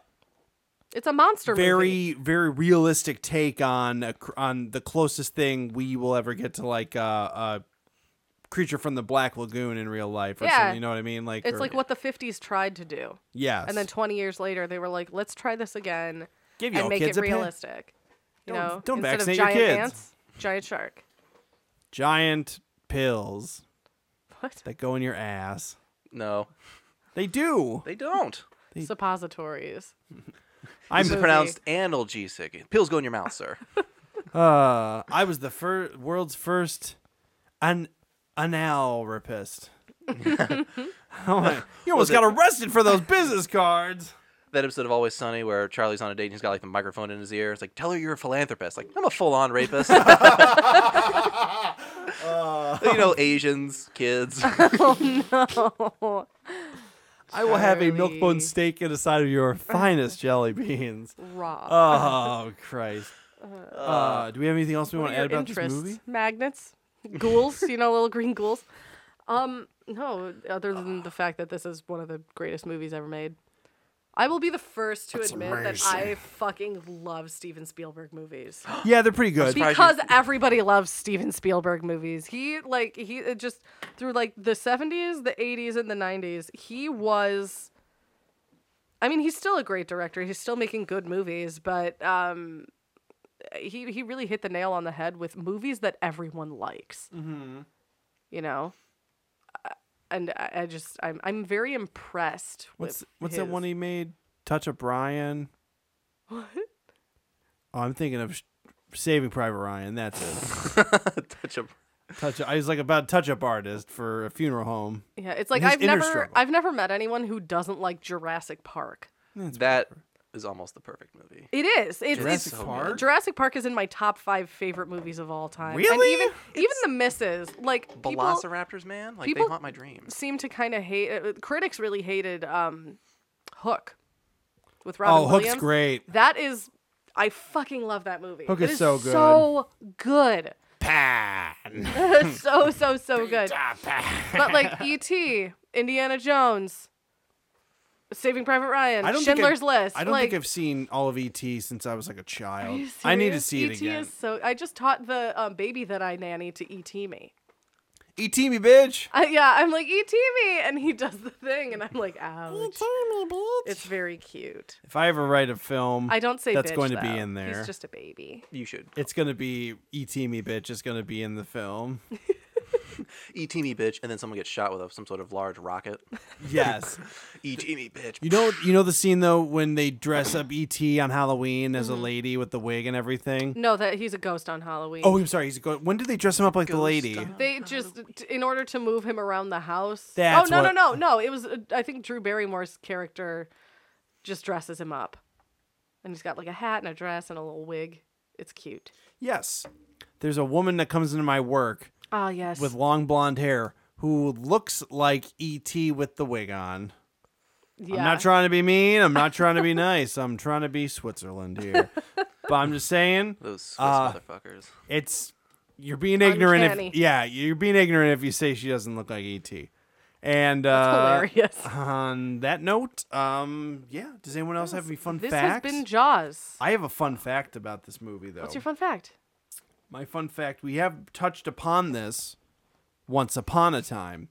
[SPEAKER 4] It's a monster movie.
[SPEAKER 6] very very realistic take on a, cr- on the closest thing we will ever get to like uh uh creature from the black lagoon in real life or
[SPEAKER 4] Yeah.
[SPEAKER 6] something, you know what I mean? Like
[SPEAKER 4] It's
[SPEAKER 6] or-
[SPEAKER 4] like what the 50s tried to do.
[SPEAKER 6] Yes.
[SPEAKER 4] And then 20 years later, they were like, let's try this again
[SPEAKER 6] Give
[SPEAKER 4] and
[SPEAKER 6] your
[SPEAKER 4] make
[SPEAKER 6] kids
[SPEAKER 4] it
[SPEAKER 6] a pet.
[SPEAKER 4] realistic. You
[SPEAKER 6] Don't-
[SPEAKER 4] know,
[SPEAKER 6] don't
[SPEAKER 4] instead
[SPEAKER 6] vaccinate
[SPEAKER 4] of
[SPEAKER 6] your
[SPEAKER 4] giant
[SPEAKER 6] kids.
[SPEAKER 4] ants, giant shark.
[SPEAKER 6] giant pills
[SPEAKER 4] What?
[SPEAKER 6] that go in your ass.
[SPEAKER 5] no,
[SPEAKER 6] They do.
[SPEAKER 5] they don't.
[SPEAKER 4] Suppositories.
[SPEAKER 6] I'm
[SPEAKER 5] It's pronounced analgesic. Pills go in your mouth, sir.
[SPEAKER 6] uh I was the fir- world's first an analrapist. oh my, you almost got arrested for those business cards.
[SPEAKER 5] that episode of Always Sunny where Charlie's on a date and he's got like the microphone in his ear. It's like, tell her you're a philanthropist. Like, I'm a full on rapist. you know, Asians, kids.
[SPEAKER 6] I will have a milk
[SPEAKER 4] Charlie.
[SPEAKER 6] bone steak and a side of your finest jelly beans.
[SPEAKER 4] Raw.
[SPEAKER 6] Oh Christ! Uh, do we have anything else we
[SPEAKER 4] What
[SPEAKER 6] want
[SPEAKER 4] are
[SPEAKER 6] to add
[SPEAKER 4] your
[SPEAKER 6] about this movie?
[SPEAKER 4] Magnets, ghouls, you know, little green ghouls. Um, no, other than the fact that this is one of the greatest movies ever made. I will be the first to admit that I fucking love Steven Spielberg movies
[SPEAKER 6] Yeah, they're pretty good.
[SPEAKER 5] surprised
[SPEAKER 4] because everybody loves Steven Spielberg movies. He like he it just through like the 70s, the 80s and the 90s, he was I mean, he's still a great director. He's still making good movies, but um he he really hit the nail on the head with movies that everyone likes. Mm-hmm. You know? Uh, And I I just I'm I'm very impressed
[SPEAKER 6] What's
[SPEAKER 4] with
[SPEAKER 6] what's that
[SPEAKER 4] his-
[SPEAKER 6] one he made? Touch of Brian. What? Oh, I'm thinking of Sh- Saving Private Ryan. That's it.
[SPEAKER 5] Touch up.
[SPEAKER 6] touch. I was like about touch up artist for a funeral home.
[SPEAKER 4] Yeah, it's like
[SPEAKER 6] his
[SPEAKER 4] I've
[SPEAKER 6] inner
[SPEAKER 4] never
[SPEAKER 6] struggle.
[SPEAKER 4] I've never met anyone who doesn't like Jurassic Park.
[SPEAKER 5] That is almost the perfect movie.
[SPEAKER 4] It is. It's
[SPEAKER 6] Jurassic
[SPEAKER 4] it's,
[SPEAKER 6] Park?
[SPEAKER 4] Jurassic Park is in my top five favorite movies of all time. And
[SPEAKER 6] Really?
[SPEAKER 4] even even the misses, like people
[SPEAKER 5] Velociraptors, man. Like,
[SPEAKER 4] people-
[SPEAKER 5] they haunt my dreams.
[SPEAKER 4] seem to kind of hate. Uh, critics really hated um, Hook with Robin
[SPEAKER 6] Oh,
[SPEAKER 4] Williams.
[SPEAKER 6] Hook's great.
[SPEAKER 4] That is, I fucking love that movie.
[SPEAKER 6] Hook
[SPEAKER 4] It
[SPEAKER 6] is so good.
[SPEAKER 4] So good.
[SPEAKER 6] Pan.
[SPEAKER 4] so so so good. But like E.T., Indiana Jones, Saving Private Ryan,
[SPEAKER 6] I don't think I've-
[SPEAKER 4] Schindler's List.
[SPEAKER 6] I don't
[SPEAKER 4] like,
[SPEAKER 6] think I've seen all of ET since I was like a
[SPEAKER 4] Are
[SPEAKER 6] child.
[SPEAKER 4] you
[SPEAKER 6] I need to
[SPEAKER 4] serious?
[SPEAKER 6] see it
[SPEAKER 4] ET
[SPEAKER 6] again.
[SPEAKER 4] Is so I just taught the um, baby that I nanny to ET me.
[SPEAKER 6] ET E me, bitch.
[SPEAKER 4] I, yeah, I'm like ET me, and he does the thing, and I'm like,
[SPEAKER 6] E
[SPEAKER 4] ouch. It's very cute.
[SPEAKER 6] If I ever write a film,
[SPEAKER 4] I don't say
[SPEAKER 6] that's
[SPEAKER 4] bitch,
[SPEAKER 6] going to
[SPEAKER 4] though.
[SPEAKER 6] be in there.
[SPEAKER 4] He's just a baby.
[SPEAKER 5] You should.
[SPEAKER 6] It's gonna be ET me bitch is gonna be in the film.
[SPEAKER 5] E.T. E me, bitch. And then someone gets shot with a, some sort of large rocket.
[SPEAKER 6] Yes.
[SPEAKER 5] E.T. me, bitch.
[SPEAKER 6] You know you know the scene though when they dress up ET on Halloween as
[SPEAKER 4] Mm-hmm.
[SPEAKER 6] a lady with the wig and everything?
[SPEAKER 4] No, that he's a ghost on Halloween.
[SPEAKER 6] Oh, I'm sorry. He's going, when did they dress him up like the lady?
[SPEAKER 4] They just t- in order to move him around the house. oh
[SPEAKER 6] That's
[SPEAKER 4] no
[SPEAKER 6] what-
[SPEAKER 4] no no no! It was uh, I think Drew Barrymore's character just dresses him up, and he's got like a hat and a dress and a little wig. It's cute.
[SPEAKER 6] Yes. There's a woman that comes into my work
[SPEAKER 4] Ah yes.
[SPEAKER 6] with long blonde hair who looks like ET with the wig on.
[SPEAKER 4] yeah.
[SPEAKER 6] I'm not trying to be mean. I'm not trying to be nice. I'm trying to be Switzerland here. but I'm just saying
[SPEAKER 5] Those Swiss
[SPEAKER 6] Uh,
[SPEAKER 5] motherfuckers.
[SPEAKER 6] it's you're being ignorant
[SPEAKER 4] Uncanny.
[SPEAKER 6] if yeah you're being ignorant if you say she doesn't look like et and uh
[SPEAKER 4] hilarious.
[SPEAKER 6] on that note um yeah does anyone else have any fun
[SPEAKER 4] This
[SPEAKER 6] facts
[SPEAKER 4] has been Jaws.
[SPEAKER 6] i have a fun fact about this movie though
[SPEAKER 4] What's your fun fact?
[SPEAKER 6] my fun fact we have touched upon this once upon a time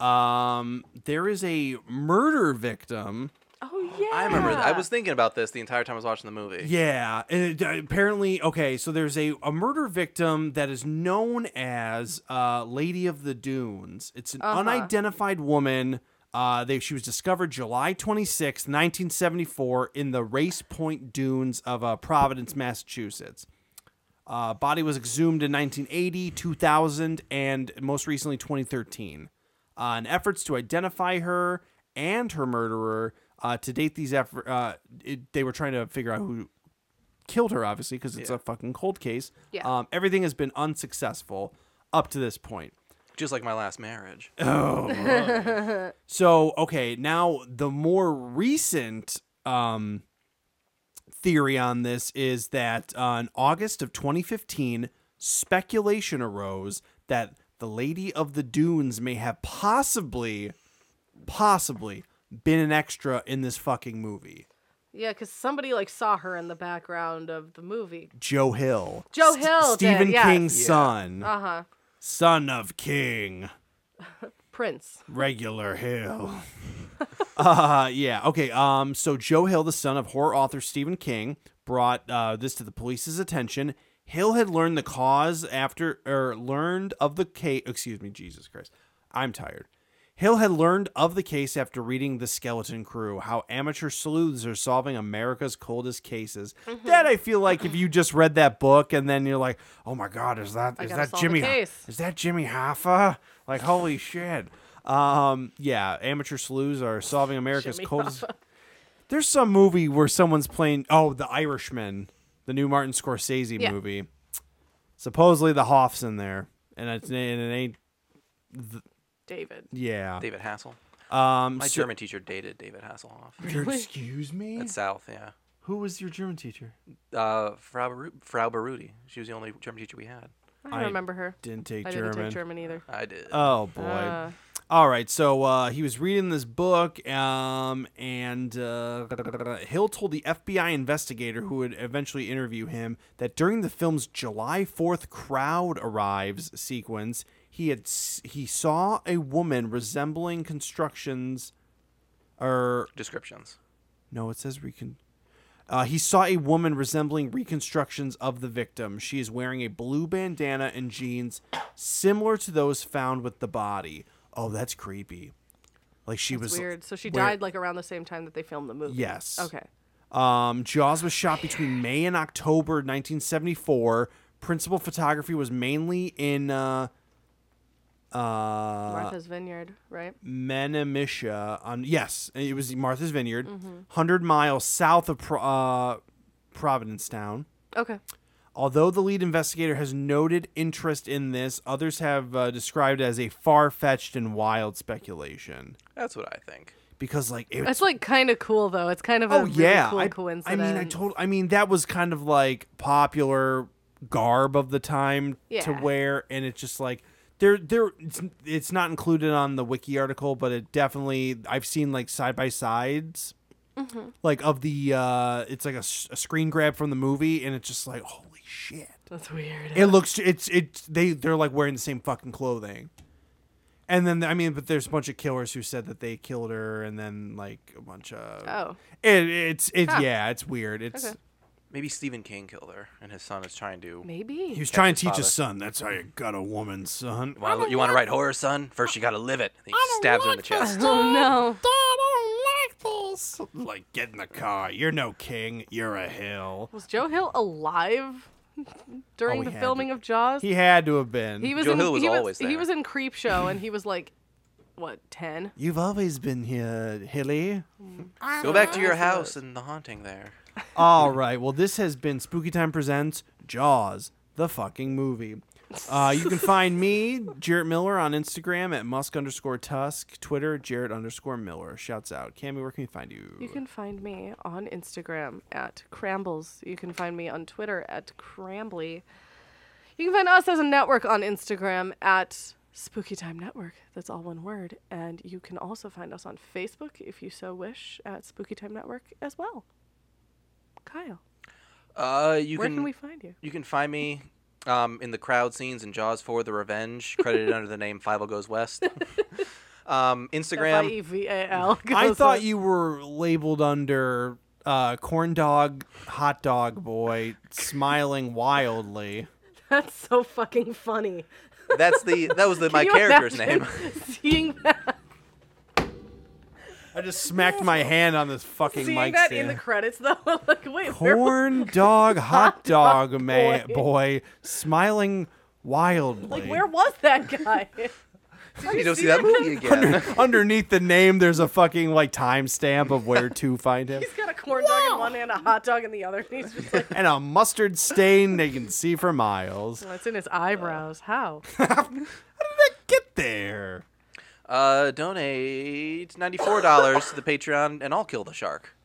[SPEAKER 6] um there is a murder victim
[SPEAKER 4] Oh yeah.
[SPEAKER 5] I remember. I was thinking about this the entire time I was watching the movie.
[SPEAKER 6] Yeah, and it- apparently, okay. So there's a, a murder victim that is known as uh, Lady of the Dunes. It's an unidentified woman. Uh, they, she was discovered July 26, 1974, in the Race Point Dunes of uh, Providence, Massachusetts. Uh, body was exhumed in 1980, 2000, and most recently 2013. Uh, in efforts to identify her and her murderer, uh, to date these effort, uh, it, they were trying to figure out who killed her, obviously, because it's a fucking cold case.
[SPEAKER 4] Yeah.
[SPEAKER 6] Um, everything has been unsuccessful up to this point.
[SPEAKER 5] Just like my last marriage.
[SPEAKER 6] Oh. so okay, now the more recent um, theory on this is that uh, in August of 2015, speculation arose that the Lady of the Dunes may have possibly, possibly been an extra in this fucking movie.
[SPEAKER 4] Yeah, because somebody like saw her in the background of the movie.
[SPEAKER 6] Joe Hill.
[SPEAKER 4] Joe
[SPEAKER 6] St-
[SPEAKER 4] Hill.
[SPEAKER 6] Stephen
[SPEAKER 4] did, yeah.
[SPEAKER 6] King's son.
[SPEAKER 4] Uh huh.
[SPEAKER 6] Son of King.
[SPEAKER 4] Prince.
[SPEAKER 6] Regular Hill. uh yeah okay um so joe hill the son of horror author stephen king brought uh, this to the police's attention hill had learned the cause after or learned of the case excuse me jesus christ i'm tired hill had learned of the case after reading the skeleton crew how amateur sleuths are solving america's coldest cases
[SPEAKER 4] Mm-hmm.
[SPEAKER 6] that i feel like if you just read that book and then you're like oh my god is that
[SPEAKER 4] I
[SPEAKER 6] is
[SPEAKER 4] gotta
[SPEAKER 6] that
[SPEAKER 4] solve the
[SPEAKER 6] jimmy
[SPEAKER 4] case.
[SPEAKER 6] is that jimmy hoffa like holy shit um yeah amateur sleuths are solving america's
[SPEAKER 4] Jimmy
[SPEAKER 6] coldest there's some movie where someone's playing. Oh, The Irishman, the new Martin Scorsese
[SPEAKER 4] Yeah.
[SPEAKER 6] movie. Supposedly the Hoff's in there, and it's and it ain't.
[SPEAKER 4] David.
[SPEAKER 6] Yeah.
[SPEAKER 5] David Hassel.
[SPEAKER 6] Um.
[SPEAKER 5] My
[SPEAKER 6] so-
[SPEAKER 5] German teacher dated David Hasselhoff.
[SPEAKER 6] Your- Excuse me.
[SPEAKER 5] At South, yeah.
[SPEAKER 6] Who was your German teacher?
[SPEAKER 5] Uh, Frau, Baru- Frau Barudi. She was the only German teacher we had.
[SPEAKER 4] I don't
[SPEAKER 6] I
[SPEAKER 4] remember her.
[SPEAKER 6] Didn't take
[SPEAKER 4] I
[SPEAKER 6] German.
[SPEAKER 4] didn't take German either.
[SPEAKER 5] I did.
[SPEAKER 6] Oh boy.
[SPEAKER 4] Uh.
[SPEAKER 6] All right, so uh, he was reading this book, um, and uh, Hill told the FBI investigator who would eventually interview him that during the film's July Fourth crowd arrives sequence, he had s- he saw a woman resembling constructions, er, or
[SPEAKER 5] Descriptions.
[SPEAKER 6] no, it says recon. Uh, he saw a woman resembling reconstructions of the victim. She is wearing a blue bandana and jeans similar to those found with the body. Oh, that's creepy. Like she was
[SPEAKER 4] Weird. So she
[SPEAKER 6] where-
[SPEAKER 4] died like around the same time that they filmed the movie.
[SPEAKER 6] Yes.
[SPEAKER 4] Okay.
[SPEAKER 6] Um, Jaws was shot between May and October 1974. Principal photography was mainly in uh, uh,
[SPEAKER 4] Martha's Vineyard, right?
[SPEAKER 6] Menemisha. On yes, it was Martha's Vineyard,
[SPEAKER 4] Mm-hmm.
[SPEAKER 6] 100 miles south of Pro- uh, Providencetown.
[SPEAKER 4] Okay.
[SPEAKER 6] Although the lead investigator has noted interest in this, others have uh, described it as a far fetched and wild speculation.
[SPEAKER 5] That's what I think.
[SPEAKER 6] Because, like, it,
[SPEAKER 4] That's like kind of cool though. It's kind of a
[SPEAKER 6] oh,
[SPEAKER 4] really
[SPEAKER 6] yeah.
[SPEAKER 4] cool
[SPEAKER 6] I,
[SPEAKER 4] coincidence.
[SPEAKER 6] I mean, I told, I mean, that was kind of like popular garb of the time to
[SPEAKER 4] Yeah.
[SPEAKER 6] wear. And it's just like, there, there, it's, it's not included on the wiki article, but it definitely, I've seen like side by sides.
[SPEAKER 4] Mm-hmm.
[SPEAKER 6] Like of the, uh, it's like a, s- a screen grab from the movie, and it's just like, holy shit!
[SPEAKER 4] That's weird.
[SPEAKER 6] It looks it's it's they they're like wearing the same fucking clothing. And then I mean, but there's a bunch of killers who said that they killed her, and then like a bunch of
[SPEAKER 4] oh.
[SPEAKER 6] it, it's it's yeah, it's weird. It's
[SPEAKER 5] Maybe Stephen King killed her, and his son is trying to.
[SPEAKER 6] he
[SPEAKER 4] Maybe.
[SPEAKER 6] was trying to teach his son. That's how you got a woman, son.
[SPEAKER 5] Wanna- you want to write horror, son? First, you got to live it. He stabs her in the chest.
[SPEAKER 4] Oh no.
[SPEAKER 6] Like get in the car. You're no king. You're a hill.
[SPEAKER 4] Was Joe Hill alive during
[SPEAKER 6] Oh, he
[SPEAKER 4] the
[SPEAKER 6] had
[SPEAKER 4] filming
[SPEAKER 6] to-
[SPEAKER 4] of Jaws?
[SPEAKER 6] He had to have been.
[SPEAKER 4] He was
[SPEAKER 5] Joe
[SPEAKER 4] in,
[SPEAKER 5] Hill was
[SPEAKER 4] he
[SPEAKER 5] always
[SPEAKER 4] He
[SPEAKER 5] there.
[SPEAKER 4] was in Creep Show and he was like what, 10?
[SPEAKER 6] You've always been here, Hilly.
[SPEAKER 5] Go back to your house and the haunting there.
[SPEAKER 6] All right. Well, this has been Spooky Time Presents Jaws, the fucking movie. Uh, you can find me, Jarrett Miller, on Instagram at musk underscore tusk, Twitter, Jarrett underscore Miller. Shouts out. Cammy, where can we find you?
[SPEAKER 4] You can find me on Instagram at Crambles. You can find me on Twitter at Crambly. You can find us as a network on Instagram at Spooky Time Network. That's all one word. And you can also find us on Facebook if you so wish at Spooky Time Network as well. Kyle,
[SPEAKER 5] Uh, you
[SPEAKER 4] where
[SPEAKER 5] can,
[SPEAKER 4] can we find you?
[SPEAKER 5] you can find me um, in the crowd scenes in Jaws 4 The Revenge, credited under the name Five Goes West. um,
[SPEAKER 4] F I
[SPEAKER 5] Instagram.
[SPEAKER 4] E V A L.
[SPEAKER 6] I
[SPEAKER 4] goes
[SPEAKER 6] thought
[SPEAKER 4] up.
[SPEAKER 6] you were labeled under uh, corn dog, hot dog boy, smiling wildly.
[SPEAKER 4] That's so fucking funny.
[SPEAKER 5] That's the that was the, my
[SPEAKER 4] Can you
[SPEAKER 5] character's
[SPEAKER 4] imagine
[SPEAKER 5] name.
[SPEAKER 4] Seeing that,
[SPEAKER 6] I just smacked my hand on this fucking
[SPEAKER 4] seeing
[SPEAKER 6] mic
[SPEAKER 4] that in
[SPEAKER 6] stand.
[SPEAKER 4] the credits though. like, wait, where was
[SPEAKER 6] corn dog hot
[SPEAKER 4] dog
[SPEAKER 6] dog man
[SPEAKER 4] boy.
[SPEAKER 6] boy smiling wildly
[SPEAKER 4] Like, where was that guy?
[SPEAKER 5] you don't see that movie again.
[SPEAKER 6] underneath the name there's a fucking like timestamp of where to find him
[SPEAKER 4] He's got a corn dog in one hand, a hot dog in the other. And he's just like,
[SPEAKER 6] and a mustard stain they can see for miles
[SPEAKER 4] "Well, it's in his eyebrows. How?
[SPEAKER 6] get there?
[SPEAKER 5] Uh, donate ninety-four dollars to the Patreon, and I'll kill the shark.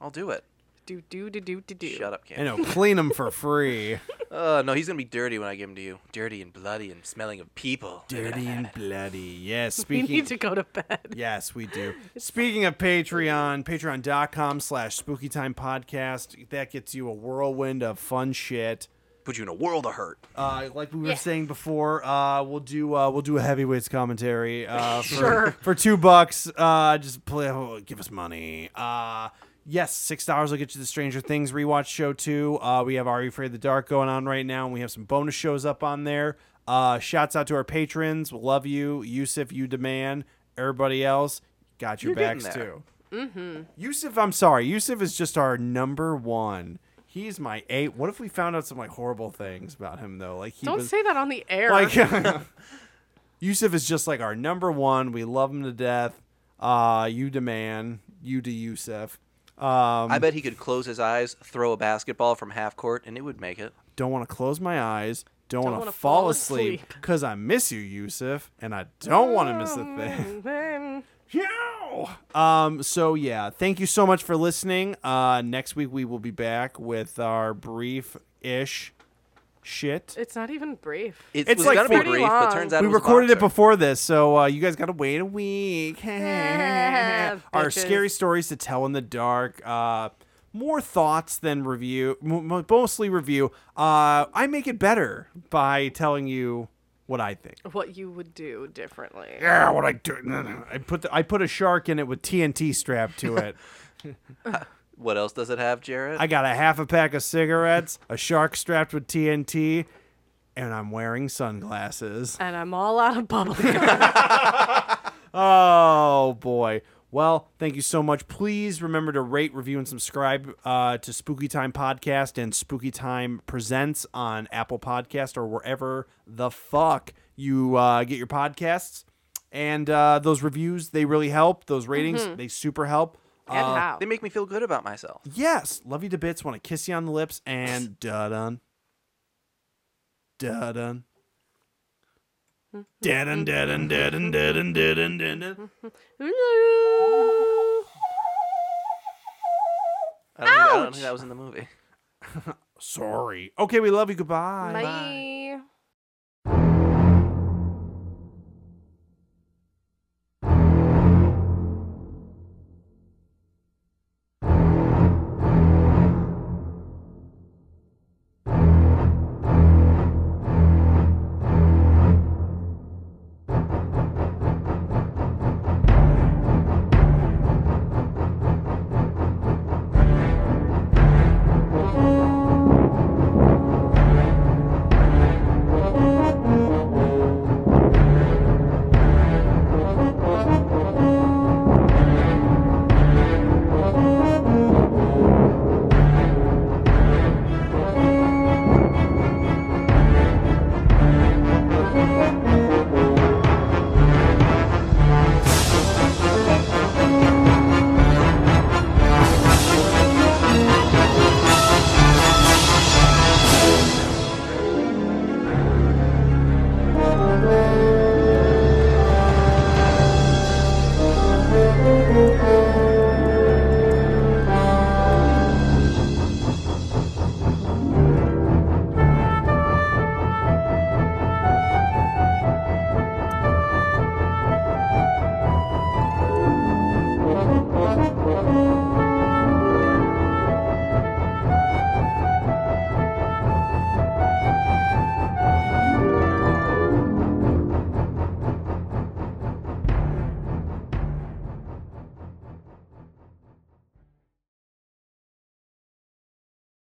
[SPEAKER 5] I'll do it.
[SPEAKER 4] Do do do do do do.
[SPEAKER 5] Shut up,
[SPEAKER 6] I
[SPEAKER 5] Cam.
[SPEAKER 6] know, clean them for free.
[SPEAKER 5] Uh, no, he's gonna be dirty when I give him to you. Dirty and bloody and smelling of people.
[SPEAKER 6] Dirty and bloody. Yes,
[SPEAKER 4] We
[SPEAKER 6] speaking.
[SPEAKER 4] need to go to bed.
[SPEAKER 6] Yes, we do. Speaking of Patreon, patreon.com slash spooky time podcast. That gets you a whirlwind of fun shit.
[SPEAKER 5] Put you in a world of hurt.
[SPEAKER 6] Uh, like we were saying before, uh, we'll do uh, we'll do a heavyweights commentary. Uh, for,
[SPEAKER 4] Sure.
[SPEAKER 6] For two bucks, uh, just play. oh, give us money. Uh, yes, six dollars will get you the Stranger Things rewatch show too. Uh, we have Are You Afraid of the Dark going on right now, and we have some bonus shows up on there. Uh, shouts out to our patrons. We love you, Yusuf, you demand everybody else. Got your
[SPEAKER 5] You're getting
[SPEAKER 6] backs
[SPEAKER 5] there.
[SPEAKER 6] too. Yusuf, I'm sorry. Yusuf is just our number one. He's my eight. What if we found out some like horrible things about him though? Like he
[SPEAKER 4] Don't
[SPEAKER 6] was
[SPEAKER 4] say that on the air.
[SPEAKER 6] like Yusuf is just like our number one. We love him to death. Uh, you to man, you to Yusuf. Um,
[SPEAKER 5] I bet he could close his eyes, throw a basketball from half court, and it would make it.
[SPEAKER 6] don't want to close my eyes. Don't, want
[SPEAKER 4] wanna
[SPEAKER 6] to fall,
[SPEAKER 4] fall asleep.
[SPEAKER 6] asleep
[SPEAKER 4] Oh,
[SPEAKER 6] because I miss you, Yusuf, and I don't want to miss a thing. Yeah. Um. So yeah, thank you so much for listening. Uh, next week we will be back with our brief-ish shit.
[SPEAKER 4] it's not even brave.
[SPEAKER 5] It's,
[SPEAKER 6] It's
[SPEAKER 5] was
[SPEAKER 6] like
[SPEAKER 5] gonna be
[SPEAKER 6] forty-
[SPEAKER 5] brief, but turns out
[SPEAKER 6] we
[SPEAKER 5] it was a
[SPEAKER 6] recorded it
[SPEAKER 5] boxer.
[SPEAKER 6] before this, so uh, you guys got to wait a week. Our
[SPEAKER 4] Bitches.
[SPEAKER 6] scary stories to tell in the dark. Uh, more thoughts than review, m- m- mostly review. Uh, I make it better by telling you what I think.
[SPEAKER 4] What you would do differently.
[SPEAKER 6] Yeah, what I do? No, no. I put the, I put a shark in it with TNT strapped to it.
[SPEAKER 5] What else does it have, Jared?
[SPEAKER 6] I got a half a pack of cigarettes, a shark strapped with TNT, and I'm wearing sunglasses.
[SPEAKER 4] And I'm all out of bubble gum.
[SPEAKER 6] Oh boy. Well, thank you so much. Please remember to rate, review, and subscribe uh, to Spooky Time Podcast and Spooky Time Presents on Apple Podcast or wherever the fuck you uh, get your podcasts. And uh, those reviews, they really help. Those ratings, they super help.
[SPEAKER 4] and how?
[SPEAKER 5] They make me feel good about myself.
[SPEAKER 6] Yes, love you to bits. Want to kiss you on the lips and da dun, da dun, da dun, da dun, da dun, da dun, da dun, da dun.
[SPEAKER 5] I don't, think, I don't think that was in the movie.
[SPEAKER 6] Sorry. Okay, we love you. Goodbye.
[SPEAKER 4] Bye.